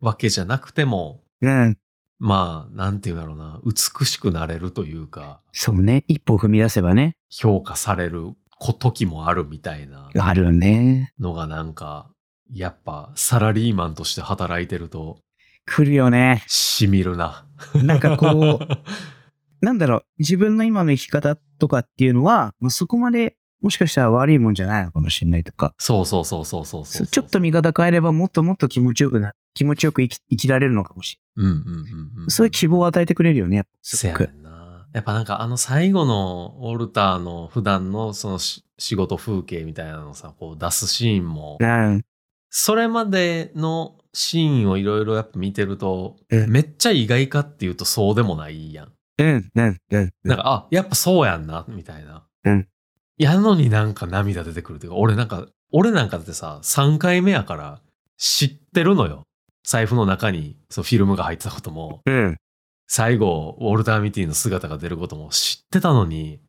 [SPEAKER 2] わけじゃなくても、
[SPEAKER 1] うん。
[SPEAKER 2] まあ、なんていうんだろうな、美しくなれるというか、
[SPEAKER 1] そうね、一歩踏み出せばね、
[SPEAKER 2] 評価される時もあるみたいな
[SPEAKER 1] あるよね。
[SPEAKER 2] のがなんか、やっぱサラリーマンとして働いてると、
[SPEAKER 1] 来るよね。
[SPEAKER 2] しみるな。
[SPEAKER 1] なんかこう、 なんだろう、自分の今の生き方とかっていうのは、まあ、そこまでもしかしたら悪いもんじゃないのかもしれないとか、
[SPEAKER 2] そうそうそうそうそうそ
[SPEAKER 1] そ
[SPEAKER 2] う
[SPEAKER 1] うちょっと見方変えればもっともっと気持ちよくな、気持ちよく生き生きられるのかもしれ
[SPEAKER 2] うんうんうんう
[SPEAKER 1] な
[SPEAKER 2] ん。
[SPEAKER 1] い。そういう希望を与えてくれるよね、やっぱす
[SPEAKER 2] せ
[SPEAKER 1] ご
[SPEAKER 2] や
[SPEAKER 1] く
[SPEAKER 2] ね。んな。やっぱなんかあの最後のウォルターの普段のそのし仕事風景みたいなのをさ、こう出すシーンも、
[SPEAKER 1] うん。
[SPEAKER 2] それまでのシーンをいろいろやっぱ見てると、
[SPEAKER 1] うん
[SPEAKER 2] めっちゃ意外かっていうとそうでもないやん。
[SPEAKER 1] うん、うん、うん。
[SPEAKER 2] なんか、あ、やっぱそうやんな、みたいな。
[SPEAKER 1] うん。
[SPEAKER 2] やのになんか涙出てくるっていうか、俺なんか、俺なんかだってさ、3回目やから知ってるのよ。財布の中にそのフィルムが入ってたことも、
[SPEAKER 1] うん。
[SPEAKER 2] 最後、ウォルター・ミティの姿が出ることも知ってたのに、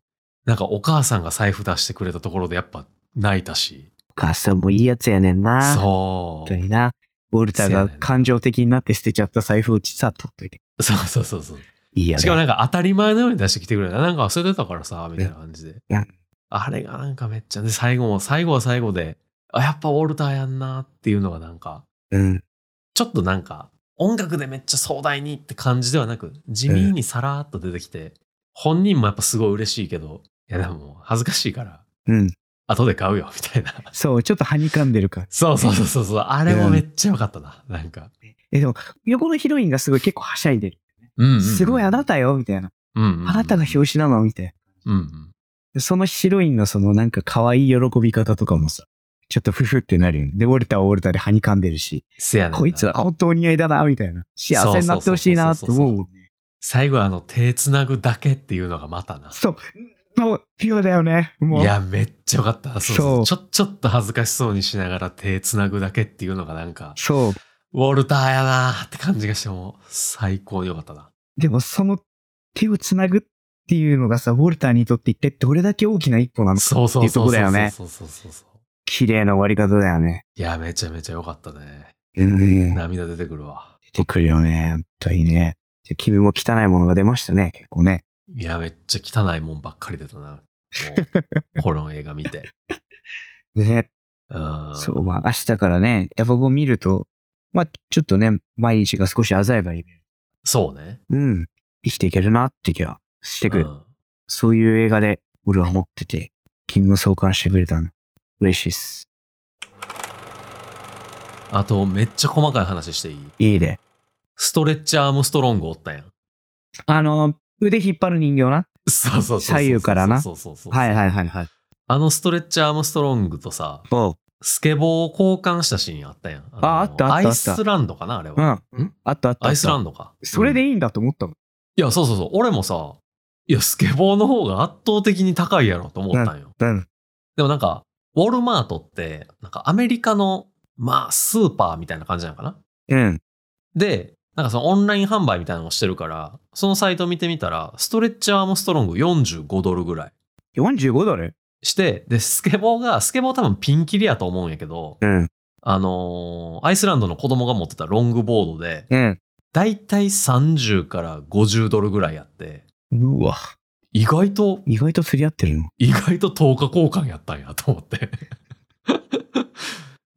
[SPEAKER 2] なんかお母さんが財布出してくれたところでやっぱ泣いたし。
[SPEAKER 1] お母さんもいいやつやねんな。本
[SPEAKER 2] そ
[SPEAKER 1] 当にな。ウォルター
[SPEAKER 2] そうや
[SPEAKER 1] が
[SPEAKER 2] ねんな
[SPEAKER 1] 感情的になって捨てちゃった財布をさ、取っといて。
[SPEAKER 2] う。そうそうそうそう。
[SPEAKER 1] いいや
[SPEAKER 2] しかも
[SPEAKER 1] ね。
[SPEAKER 2] なんか当たり前のように出してきてくれた。なんか忘れてたからさ、みたいな感じで
[SPEAKER 1] うん。
[SPEAKER 2] あれがなんかめっちゃ、で、最後も、最後は最後で、あ、やっぱウォルターやんなっていうのがなんか、
[SPEAKER 1] うん。
[SPEAKER 2] ちょっとなんか、音楽でめっちゃ壮大にって感じではなく、地味にさらーっと出てきて、本人もやっぱすごい嬉しいけど、いやでも恥ずかしいから、
[SPEAKER 1] うん。
[SPEAKER 2] 後で買うよ、みたいな。
[SPEAKER 1] そう、ちょっとはにかんでるから。
[SPEAKER 2] そうそうそうそうそう、あれもめっちゃ良かったな、なんか。
[SPEAKER 1] え、でも、横のヒロインがすごい結構はしゃいでる。
[SPEAKER 2] うんうんうん
[SPEAKER 1] すごいあな、たよ、みたいな。
[SPEAKER 2] うんうんうん
[SPEAKER 1] あなたが表紙なの、みたいな。
[SPEAKER 2] うんうん。
[SPEAKER 1] でそのヒロインのそのなんか可愛い喜び方とかもさ、ちょっとフフってなるよね。で、ウォルターはウォルターではにかんでるし、
[SPEAKER 2] せやねんな
[SPEAKER 1] こいつら本当お似合いだな、みたいな。幸せになってほしいなって思うもんね。
[SPEAKER 2] 最後あの手つなぐだけっていうのがまたな。
[SPEAKER 1] そう。もう、ピュアだよね。もう。
[SPEAKER 2] いや、めっちゃよかった。そうそう
[SPEAKER 1] そ
[SPEAKER 2] ちょ、ちょっと恥ずかしそうにしながら手つなぐだけっていうのがなんか、
[SPEAKER 1] そう。
[SPEAKER 2] ウォルターやなーって感じがしても、最高によかったな。
[SPEAKER 1] でもその手をつなぐっていうのがさ、ウォルターにとって一体どれだけ大きな一歩なのか。
[SPEAKER 2] そうそうそうそう。
[SPEAKER 1] っていうとこだよね
[SPEAKER 2] そうそうそうそう。
[SPEAKER 1] 綺麗な終わり方だよね。
[SPEAKER 2] いや、めちゃめちゃよかったね。
[SPEAKER 1] うん。出
[SPEAKER 2] 涙出てくるわ。
[SPEAKER 1] てくるよね。本当にね。で君も汚いものが出ましたね。結構ね。
[SPEAKER 2] いや、めっちゃ汚いもんばっかり出たな。もうこの映画見て。
[SPEAKER 1] ね。
[SPEAKER 2] うん。
[SPEAKER 1] そう、まあ明日からね、やっぱこう見ると、まあちょっとね、毎日が少し鮮やかに、
[SPEAKER 2] そうね。
[SPEAKER 1] うん。生きていけるなって気がしてくる。
[SPEAKER 2] うん
[SPEAKER 1] そういう映画で俺は思ってて、君も相関してくれたの。嬉しいっす。
[SPEAKER 2] あと、めっちゃ細かい話していい
[SPEAKER 1] いいで。
[SPEAKER 2] ストレッチアームストロングおったやん。
[SPEAKER 1] あの、腕引っ張る人形な。
[SPEAKER 2] そうそうそうそう
[SPEAKER 1] 左右からな
[SPEAKER 2] そうそうそう。
[SPEAKER 1] はいはいはいはい。
[SPEAKER 2] あのストレッチアームストロングとさ、
[SPEAKER 1] おう。
[SPEAKER 2] スケボーを交換したシーンあったやん。の
[SPEAKER 1] ああったあったあった
[SPEAKER 2] アイスランドかなあれ
[SPEAKER 1] うん。
[SPEAKER 2] は。
[SPEAKER 1] あったあった。
[SPEAKER 2] アイスラ
[SPEAKER 1] ン
[SPEAKER 2] ンドか。
[SPEAKER 1] それ
[SPEAKER 2] う
[SPEAKER 1] で
[SPEAKER 2] ん
[SPEAKER 1] いいんだと思ったの。
[SPEAKER 2] いや、そうそうそう。俺もさ、いや、スケボーの方が圧倒的に高いやろと思ったんよ。
[SPEAKER 1] うん。
[SPEAKER 2] でもなんか、ウォルマートって、なんかアメリカの、まあ、スーパーみたいな感じなのかな
[SPEAKER 1] うん。
[SPEAKER 2] で、なんかそのオンライン販売みたいなのをしてるから、そのサイト見てみたら、ストレッチアームストロング45ドルぐらい
[SPEAKER 1] 45ドル
[SPEAKER 2] して、で、スケボーが、スケボー多分ピンキリやと思うんやけど、
[SPEAKER 1] うん。
[SPEAKER 2] あのーアイスランドの子供が持ってたロングボードで、
[SPEAKER 1] うん。
[SPEAKER 2] だいたい30から50ドルぐらいやって、
[SPEAKER 1] うわ。
[SPEAKER 2] 意外と、
[SPEAKER 1] 意外と釣り合ってるの。
[SPEAKER 2] 意外と10日交換やったんやと思って。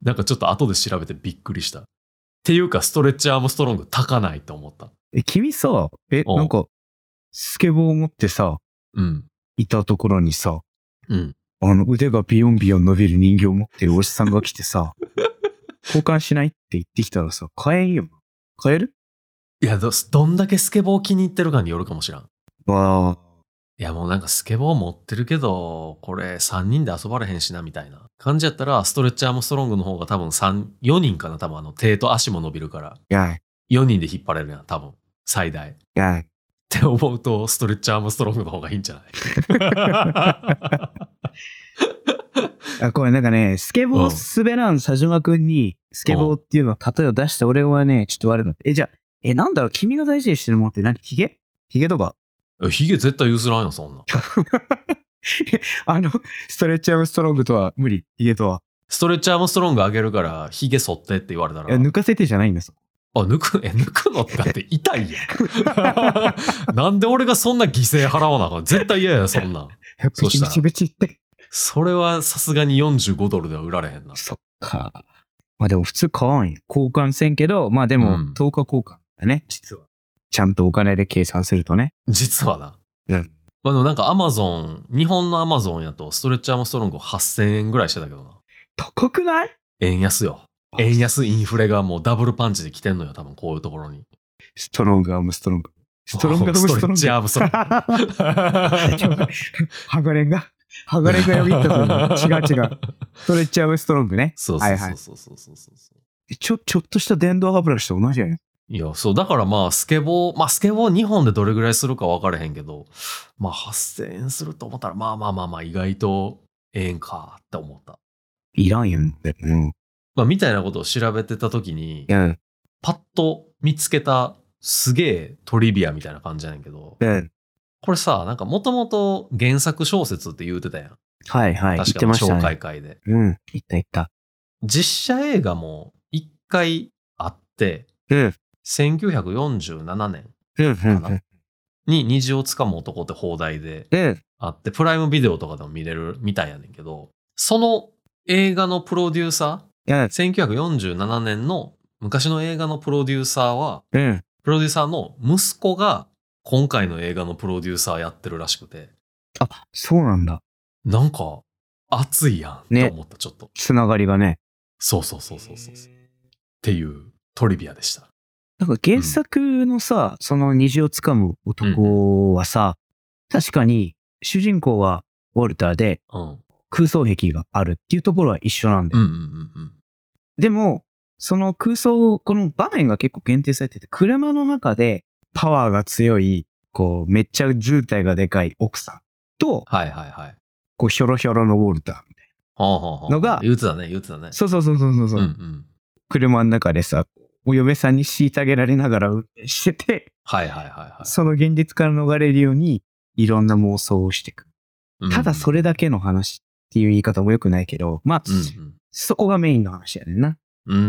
[SPEAKER 2] なんかちょっと後で調べてびっくりした。っていうか、ストレッチアームストロング高ないと思った。
[SPEAKER 1] え、君さ、え、
[SPEAKER 2] おう
[SPEAKER 1] なんか、スケボー持ってさ、
[SPEAKER 2] うん。
[SPEAKER 1] いたところにさ、
[SPEAKER 2] うん。
[SPEAKER 1] あの腕がビヨンビヨン伸びる人形を持ってるおじさんが来てさ、 交換しないって言ってきたらさ、買えんよ。買える
[SPEAKER 2] いやど、どんだけスケボー気に入ってるかによるかもしらん。
[SPEAKER 1] わあ。
[SPEAKER 2] いや、もうなんかスケボー持ってるけど、これ3人で遊ばれへんしな、みたいな感じやったら、ストレッチアームストロングの方が多分三4人かな、多分あの手と足も伸びるから。
[SPEAKER 1] やい、
[SPEAKER 2] 4人で引っ張れるやん、多分。最大。っ
[SPEAKER 1] やい。
[SPEAKER 2] て思うと、ストレッチアームストロングの方がいいんじゃない
[SPEAKER 1] あ、これなんかね、スケボー滑らん佐島くんに、スケボーっていうのを例えを出した俺はね、ちょっと悪いの。え、じゃあ、え、なんだろう、君が大事にしてるものって何ヒゲヒゲとか
[SPEAKER 2] えヒゲ絶対譲らんよ、そん なん。
[SPEAKER 1] あの、ストレッチアームストロングとは無理。ヒゲとは。
[SPEAKER 2] ストレッチアームストロング上げるから、ヒゲ剃ってって言われた
[SPEAKER 1] いや、
[SPEAKER 2] ら、
[SPEAKER 1] 抜かせてじゃないんです。
[SPEAKER 2] あ、抜く、 え、抜くのってだって痛いやん。 なんで俺がそんな犠牲払わなあかん絶対嫌や、そんなん。
[SPEAKER 1] やっぱ
[SPEAKER 2] そうした
[SPEAKER 1] ビチビチって。
[SPEAKER 2] それはさすがに45ドルでは売られへんな。
[SPEAKER 1] そっか。まあでも普通買わんよ。交換せんけど、まあでも
[SPEAKER 2] うん
[SPEAKER 1] 10日交換だね、実は。ちゃんとお金で計算するとね。
[SPEAKER 2] 実はな。
[SPEAKER 1] うん
[SPEAKER 2] まあでもなんかアマゾン、日本のアマゾンやとストレッチアームストロング8000円ぐらいしてたけどな。
[SPEAKER 1] 高くない
[SPEAKER 2] 円安よ。円安インフレがもうダブルパンチで来てんのよ、多分こういうと ころに。
[SPEAKER 1] ストロングアームストロング。ストロングアームストロン
[SPEAKER 2] ストレッチ
[SPEAKER 1] グ。
[SPEAKER 2] アームストロング。
[SPEAKER 1] ハガレンが、ハガレンがよぎったと違う違う。ストレッチアームストロングね。
[SPEAKER 2] そう
[SPEAKER 1] は
[SPEAKER 2] そう
[SPEAKER 1] いは
[SPEAKER 2] そう
[SPEAKER 1] い
[SPEAKER 2] そうそうそうそう。
[SPEAKER 1] ちょ、ちょっとした電動歯ブラシと同じやね。
[SPEAKER 2] いや、そう、だからまあ、スケボー、まあ、スケボー日本でどれぐらいするか分からへんけど、まあ、8000円すると思ったら、まあまあまあまあ、意外と、ええんかって思った。
[SPEAKER 1] いらんやんだよね。
[SPEAKER 2] まあ、みたいなことを調べてた時に
[SPEAKER 1] い、や、
[SPEAKER 2] パッと見つけた、すげえトリビアみたいな感じやねんけど、
[SPEAKER 1] うん
[SPEAKER 2] これさ、なんかもともと原作小説って言うてたやん。
[SPEAKER 1] はいはい。言っ
[SPEAKER 2] 確
[SPEAKER 1] て
[SPEAKER 2] か
[SPEAKER 1] ま
[SPEAKER 2] に
[SPEAKER 1] した
[SPEAKER 2] 紹
[SPEAKER 1] ね。
[SPEAKER 2] 介会で。
[SPEAKER 1] うん。言った言った。
[SPEAKER 2] 実写映画も一回あって、
[SPEAKER 1] うん。
[SPEAKER 2] 1947年
[SPEAKER 1] うん。うん。
[SPEAKER 2] に虹をつかむ男って放題で
[SPEAKER 1] うん。
[SPEAKER 2] あって、プライムビデオとかでも見れるみたいやねんけど、その映画のプロデューサ
[SPEAKER 1] うん。
[SPEAKER 2] ー、1947年の昔の映画のプロデューサーは、
[SPEAKER 1] うん。
[SPEAKER 2] プロデューサーの息子が今回の映画のプロデューサーやってるらしくて、
[SPEAKER 1] あ、そうなんだ。
[SPEAKER 2] なんか熱いやんって思った、ちょっと。
[SPEAKER 1] つながりがね。
[SPEAKER 2] そうそうそうそうそう。っていうトリビアでした。
[SPEAKER 1] なんか原作のさ、その虹をつかむ男はさ、確かに主人公はウォルターで
[SPEAKER 2] うん。
[SPEAKER 1] 空想癖があるっていうところは一緒なんだ
[SPEAKER 2] うんうん
[SPEAKER 1] よ。
[SPEAKER 2] うんうん。
[SPEAKER 1] でも、その空想、この場面が結構限定されてて、車の中でパワーが強い、こう、めっちゃ渋滞がでかい奥さんと、
[SPEAKER 2] はいはいはい。
[SPEAKER 1] こう、ひょろひょろのウォルタ
[SPEAKER 2] ほうほうほう
[SPEAKER 1] のが
[SPEAKER 2] 言うてたね、言うてたね
[SPEAKER 1] ー。。そうそうそうそうそう。
[SPEAKER 2] うん
[SPEAKER 1] う
[SPEAKER 2] う。
[SPEAKER 1] ん車の中でさ、お嫁さんに虐げられながら運転してて、
[SPEAKER 2] はいはいはいはい。
[SPEAKER 1] その現実から逃れるように、いろんな妄想をしていく。
[SPEAKER 2] うんうん
[SPEAKER 1] ただそれだけの話っていう言い方も良くないけど、まあ、
[SPEAKER 2] うんうん。
[SPEAKER 1] そこがメインの話やねんな。
[SPEAKER 2] うんうんう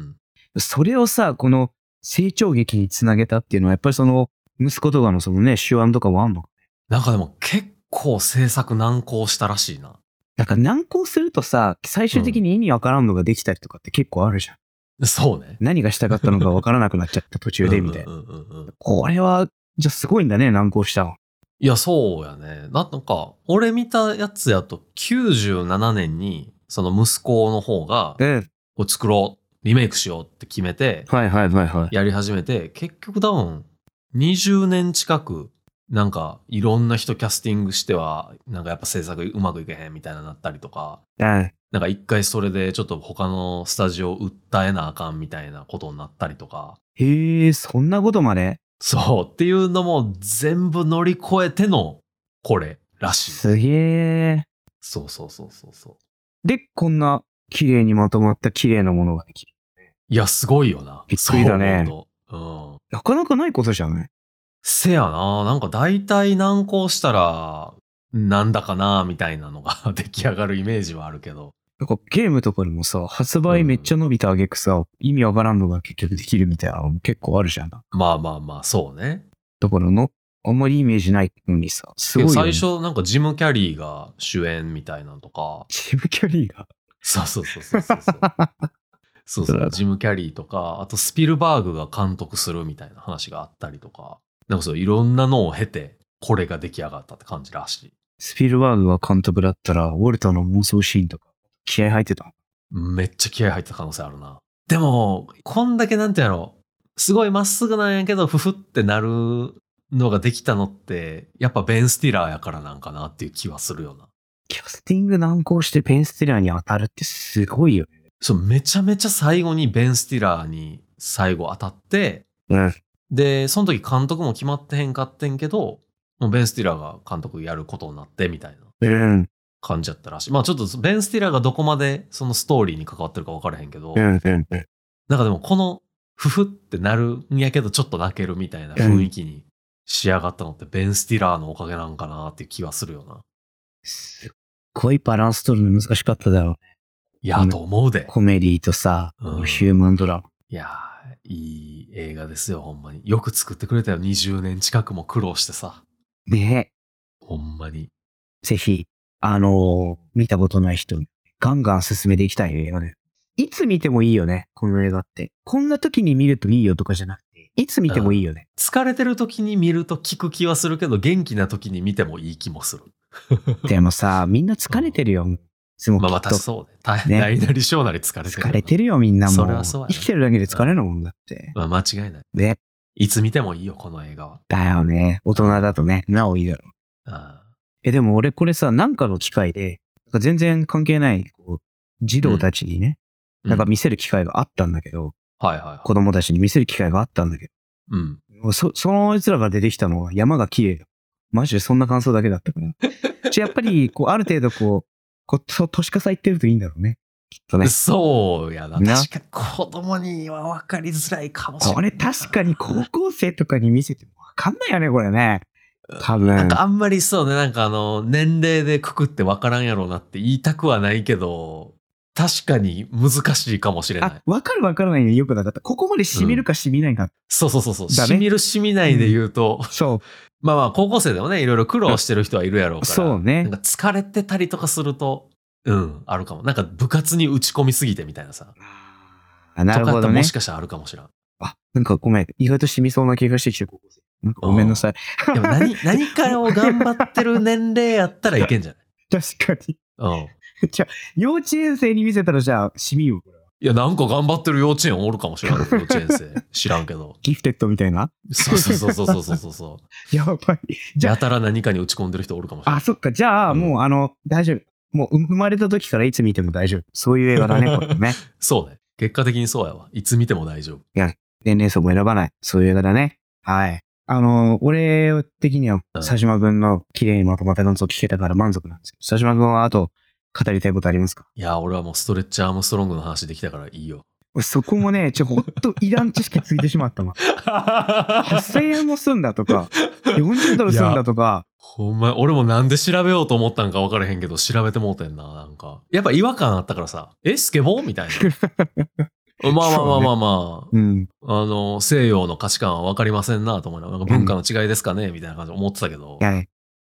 [SPEAKER 2] んうん。
[SPEAKER 1] それをさ、この成長劇につなげたっていうのは、やっぱりその、息子とかのそのね、手腕とかもあんの
[SPEAKER 2] なんかでも結構制作難航したらしいな。
[SPEAKER 1] なんか難航するとさ、最終的に意味わからんのができたりとかって結構あるじゃん。
[SPEAKER 2] そうね。
[SPEAKER 1] 何がしたかったのかわからなくなっちゃった途中で、みたいな。
[SPEAKER 2] うんうんうんうん。
[SPEAKER 1] これは、じゃあすごいんだね、難航したの。
[SPEAKER 2] いや、そうやね。ななんか、俺見たやつやと97年に、その息子の方が、
[SPEAKER 1] うん。
[SPEAKER 2] こう作ろう、リメイクしようって決めて、
[SPEAKER 1] はいはいはいはい。
[SPEAKER 2] やり始めて、結局多分、20年近く、なんか、いろんな人キャスティングしては、なんかやっぱ制作うまくいけへんみたいななったりとか、
[SPEAKER 1] うん。
[SPEAKER 2] なんか一回それでちょっと他のスタジオ訴えなあかんみたいなことになったりとか、
[SPEAKER 1] へえ、そんなことまで
[SPEAKER 2] そうっていうのも全部乗り越えてのこれらしい。
[SPEAKER 1] すげえ。
[SPEAKER 2] そうそうそうそうそう。
[SPEAKER 1] で、こんな綺麗にまとまった綺麗なものができる。
[SPEAKER 2] いや、すごいよな。
[SPEAKER 1] びっくりだね
[SPEAKER 2] そう思うとうん。
[SPEAKER 1] なかなかないことじゃない
[SPEAKER 2] せやな、なんか大体難航したら、なんだかな、みたいなのが 出来上がるイメージはあるけど。
[SPEAKER 1] なんかゲームとかでもさ、発売めっちゃ伸びたあげくさ、意味わからんのが結局できるみたいなのも結構あるじゃんな。
[SPEAKER 2] まあまあまあ、そうね。
[SPEAKER 1] だからの、あんまりイメージないのにさ、すごいよ、ね。
[SPEAKER 2] 最初、なんかジム・キャリーが主演みたいなのとか。
[SPEAKER 1] ジム・キャリーが。
[SPEAKER 2] そうそうそうそうそうそう。そうそ
[SPEAKER 1] そうだ
[SPEAKER 2] う、ジム・キャリーとか、あとスピルバーグが監督するみたいな話があったりとか、なんかそう、いろんなのを経て、これが出来上がったって感じらしい。
[SPEAKER 1] スピルバーグが監督だったら、ウォルターの妄想シーンとか、気合入ってたの。
[SPEAKER 2] めっちゃ気合入ってた可能性あるな。でも、こんだけなんてやろう、すごいまっすぐなんやけど、ふふってなるのができたのって、やっぱベン・スティラーやからなんかなっていう気はするよな。
[SPEAKER 1] キャスティング難航してペンステラーに当たるってすごいよね。
[SPEAKER 2] そう、めちゃめちゃ最後にベン・スティラーに最後当たって、
[SPEAKER 1] うん。
[SPEAKER 2] で、その時監督も決まってへんかってんけど、もうベン・スティラーが監督やることになってみたいな
[SPEAKER 1] うん。
[SPEAKER 2] 感じやったらしい。まあちょっとベン・スティラーがどこまでそのストーリーに関わってるか分からへんけど、
[SPEAKER 1] ん。うん。
[SPEAKER 2] なんかでもこのふふってなるんやけどちょっと泣けるみたいな雰囲気に仕上がったのってベン・スティラーのおかげなんかなっていう気はするよな。
[SPEAKER 1] すっごいバランス取るの難しかっただろうね。
[SPEAKER 2] いや、と思うで。
[SPEAKER 1] コメディとさ、
[SPEAKER 2] うん
[SPEAKER 1] ヒューマンドラマ。
[SPEAKER 2] いやー、いい映画ですよ、ほんまに。よく作ってくれたよ、20年近くも苦労してさ。
[SPEAKER 1] ね
[SPEAKER 2] ほんまに。
[SPEAKER 1] ぜひ、あのー見たことない人、ガンガン進めていきたい映画ね。いつ見てもいいよね、この映画って。こんな時に見るといいよとかじゃなくて、いつ見てもいいよね。
[SPEAKER 2] 疲れてる時に見ると聞く気はするけど、元気な時に見てもいい気もする。
[SPEAKER 1] でもさ、みんな疲れてるよ。いつもき
[SPEAKER 2] まあ
[SPEAKER 1] っと
[SPEAKER 2] 私そうね。大
[SPEAKER 1] ね
[SPEAKER 2] 大なり小なり疲れてる。
[SPEAKER 1] 疲れてるよ、みんなもう。
[SPEAKER 2] それはそうやな
[SPEAKER 1] 生きてるだけで疲れるもんだって。
[SPEAKER 2] まあ間違いない。
[SPEAKER 1] ね。
[SPEAKER 2] いつ見てもいいよ、この映画は。
[SPEAKER 1] だよね。大人だとね、なおいいだろう。
[SPEAKER 2] あ
[SPEAKER 1] え、でも俺これさ、なんかの機会で、なんか全然関係ない、こう、児童たちにね、
[SPEAKER 2] ー
[SPEAKER 1] なんか
[SPEAKER 2] う
[SPEAKER 1] 見せる機会があったんだけど、
[SPEAKER 2] はいはいはい。
[SPEAKER 1] 子供たちに見せる機会があったんだけど、
[SPEAKER 2] うん。
[SPEAKER 1] そ、そのやつらが出てきたのは山が綺麗だ。マジでそんな感想だけだった から。ちょやっぱり、こう、ある程度こう、こう、と年かさいってるといいんだろうね。きっとね。
[SPEAKER 2] そうやな。
[SPEAKER 1] な
[SPEAKER 2] 確かに子供には分かりづらいかもしれ
[SPEAKER 1] こ
[SPEAKER 2] ない
[SPEAKER 1] れ
[SPEAKER 2] な。
[SPEAKER 1] 確かに高校生とかに見せてもわかんないよね、これね。多分。
[SPEAKER 2] なんかあんまりそうね、なんかあの、年齢でくくって分からんやろうなって言いたくはないけど、確かに難しいかもしれな
[SPEAKER 1] あ
[SPEAKER 2] い。、
[SPEAKER 1] わかるわからないね。よくなかった。ここまで染みるか染みないか。
[SPEAKER 2] そうそうそうそう。
[SPEAKER 1] だね
[SPEAKER 2] しみるしみないで言うと、
[SPEAKER 1] そ
[SPEAKER 2] まあまあ高校生でもね、いろいろ苦労してる人はいるやろう
[SPEAKER 1] う。
[SPEAKER 2] か ら。
[SPEAKER 1] そうね
[SPEAKER 2] なん。か疲れてたりとかすると、うん、あるかも。なんか部活に打ち込みすぎてみたいなさ。
[SPEAKER 1] あなる
[SPEAKER 2] とか
[SPEAKER 1] ほ
[SPEAKER 2] って
[SPEAKER 1] どね
[SPEAKER 2] もし。かしたらあるかもしれん。
[SPEAKER 1] あ、なんかごめん。意外と染みそうな気がしてきて、高校生。なんかごめんなさい。
[SPEAKER 2] でも何、何かを頑張ってる年齢やったらいけんじゃ
[SPEAKER 1] 確かに。
[SPEAKER 2] ないうん。
[SPEAKER 1] 幼稚園生に見せたらじゃあ、染みよ。
[SPEAKER 2] いや、なんか頑張ってる幼稚園おるかもしれない。幼稚園生。知らんけど。
[SPEAKER 1] ギフテッドみたいな
[SPEAKER 2] そうそうそうそうそうそうそう。
[SPEAKER 1] やばい。 じゃあ
[SPEAKER 2] やたら何かに打ち込んでる人おるかもしれな
[SPEAKER 1] あ、
[SPEAKER 2] い。
[SPEAKER 1] そっか。じゃあ、
[SPEAKER 2] うん
[SPEAKER 1] もう、あの、大丈夫。もう、生まれた時からいつ見ても大丈夫。そういう映画だ ね、これね。
[SPEAKER 2] そうね。結果的にそうやわ。いつ見ても大丈夫。
[SPEAKER 1] 年齢層も選ばない。そういう映画だね。はい。あの、俺的には、
[SPEAKER 2] うん
[SPEAKER 1] 佐島君の綺麗にまとまった感想を聞けたから満足なんですけど、佐島君はあと、語りたいことありますか
[SPEAKER 2] いや、俺はもうストレッチアームストロングの話できたからい いよ。
[SPEAKER 1] 俺そこもね、ちょ、ほんと、いらん知識ついてしま ったな。8000円も済んだとか、40ドル済んだとか、
[SPEAKER 2] ほんま、俺もなんで調べようと思ったんか分からへんけど、調べてもうてんな、なんか。やっぱ違和感あったからさ、え、スケボーみたい な。まあまあまあまあまあ、
[SPEAKER 1] うん。
[SPEAKER 2] あの、西洋の価値観は分かりませんな、と思いながら、なんか文化の違いですかね、みたいな感じで思ってたけど
[SPEAKER 1] い、やね、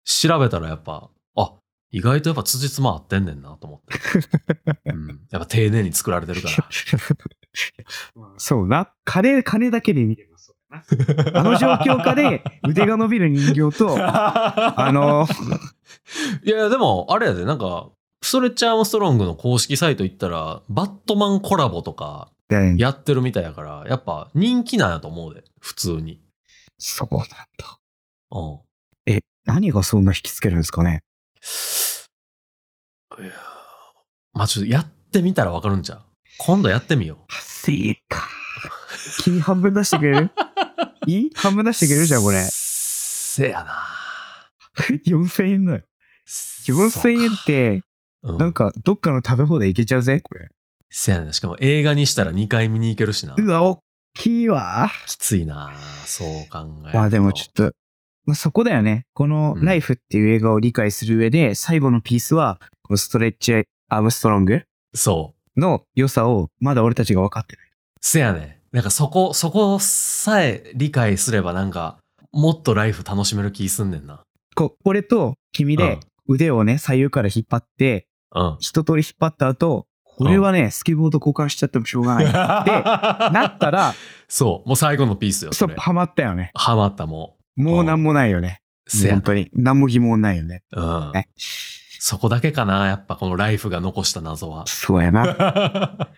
[SPEAKER 2] 調べたらやっぱ、あ、意外とやっぱ辻褄合ってんねんな、と思 って。うん。やっぱ丁寧に作られてるか
[SPEAKER 1] そうな。金、金だけで見ればそうだな。あの状況下 で腕が伸びる人形と、
[SPEAKER 2] ら。
[SPEAKER 1] あの、
[SPEAKER 2] いやいや、でも、あれやで、なんか、ストレッチアームストロングの公式サイト行ったら、バットマンコラボとか、
[SPEAKER 1] って
[SPEAKER 2] やってるみたいやから、やっぱ人気なんやと思うで、普通に。
[SPEAKER 1] そうなんだ。
[SPEAKER 2] うん。
[SPEAKER 1] 何がそんな引きつけるんですかね
[SPEAKER 2] いやーまあちょっとやってみたらわかるんちゃう今度やってみよう。
[SPEAKER 1] せいか。君半分出してくれ るいい半分出してくれるじゃん、これ。
[SPEAKER 2] せやな。
[SPEAKER 1] 4000円だよ。4000円って、
[SPEAKER 2] そうか、
[SPEAKER 1] な
[SPEAKER 2] うんん、
[SPEAKER 1] か、どっかの食べ放題いけちゃうぜ、これ。
[SPEAKER 2] せやな。しかも映画にしたら2回見に行けるしな。
[SPEAKER 1] うわ、おっきいわ。
[SPEAKER 2] きついな。そう考えると。
[SPEAKER 1] まあでもちょっと、まあ、そこだよね。この
[SPEAKER 2] う
[SPEAKER 1] 「
[SPEAKER 2] ん
[SPEAKER 1] ライフっていう映画を理解する上で、最後のピースは、このストレッチ・アームストロング
[SPEAKER 2] そう。
[SPEAKER 1] の良さを、まだ俺たちが分かってない。
[SPEAKER 2] せやね。なんかそこ、そこさえ理解すればなんか、もっとライフ楽しめる気すんねんな。
[SPEAKER 1] こ俺と君
[SPEAKER 2] う
[SPEAKER 1] で
[SPEAKER 2] ん、
[SPEAKER 1] 腕をね、左右から引っ張って、
[SPEAKER 2] うん。
[SPEAKER 1] 一通り引っ張った後、これはね、スケボーと交換しちゃってもしょうが ない。 なったら、
[SPEAKER 2] そう。もう最後のピースよ。
[SPEAKER 1] そ、
[SPEAKER 2] そうれ。
[SPEAKER 1] ハマったよね。
[SPEAKER 2] ハマったも
[SPEAKER 1] もうなんもないよね。
[SPEAKER 2] う。せや
[SPEAKER 1] 本当に。なんも疑問ないよね。
[SPEAKER 2] な。うん。
[SPEAKER 1] ね。
[SPEAKER 2] そこだけかな。やっぱこのライフが残した謎は
[SPEAKER 1] そうや な。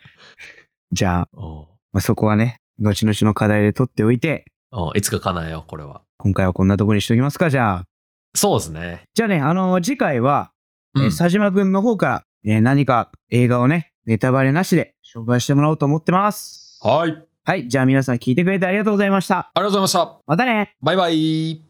[SPEAKER 1] じゃあ、
[SPEAKER 2] おう
[SPEAKER 1] まあ、そこはね、後々の課題で取っておいて、
[SPEAKER 2] おういつか叶えよう、これは。
[SPEAKER 1] 今回はこんなとこにしときますか、じゃあ。
[SPEAKER 2] そうですね。
[SPEAKER 1] じゃあね、あのー次回は、
[SPEAKER 2] う
[SPEAKER 1] えー
[SPEAKER 2] ん、
[SPEAKER 1] 佐島くんの方から、えー何か映画をね、ネタバレなしで紹介してもらおうと思ってます。
[SPEAKER 2] はい。ありがとう
[SPEAKER 1] はい、じゃあ皆さん聞いてくれてありがとうございました。
[SPEAKER 2] ございました。
[SPEAKER 1] またね
[SPEAKER 2] バイバイ。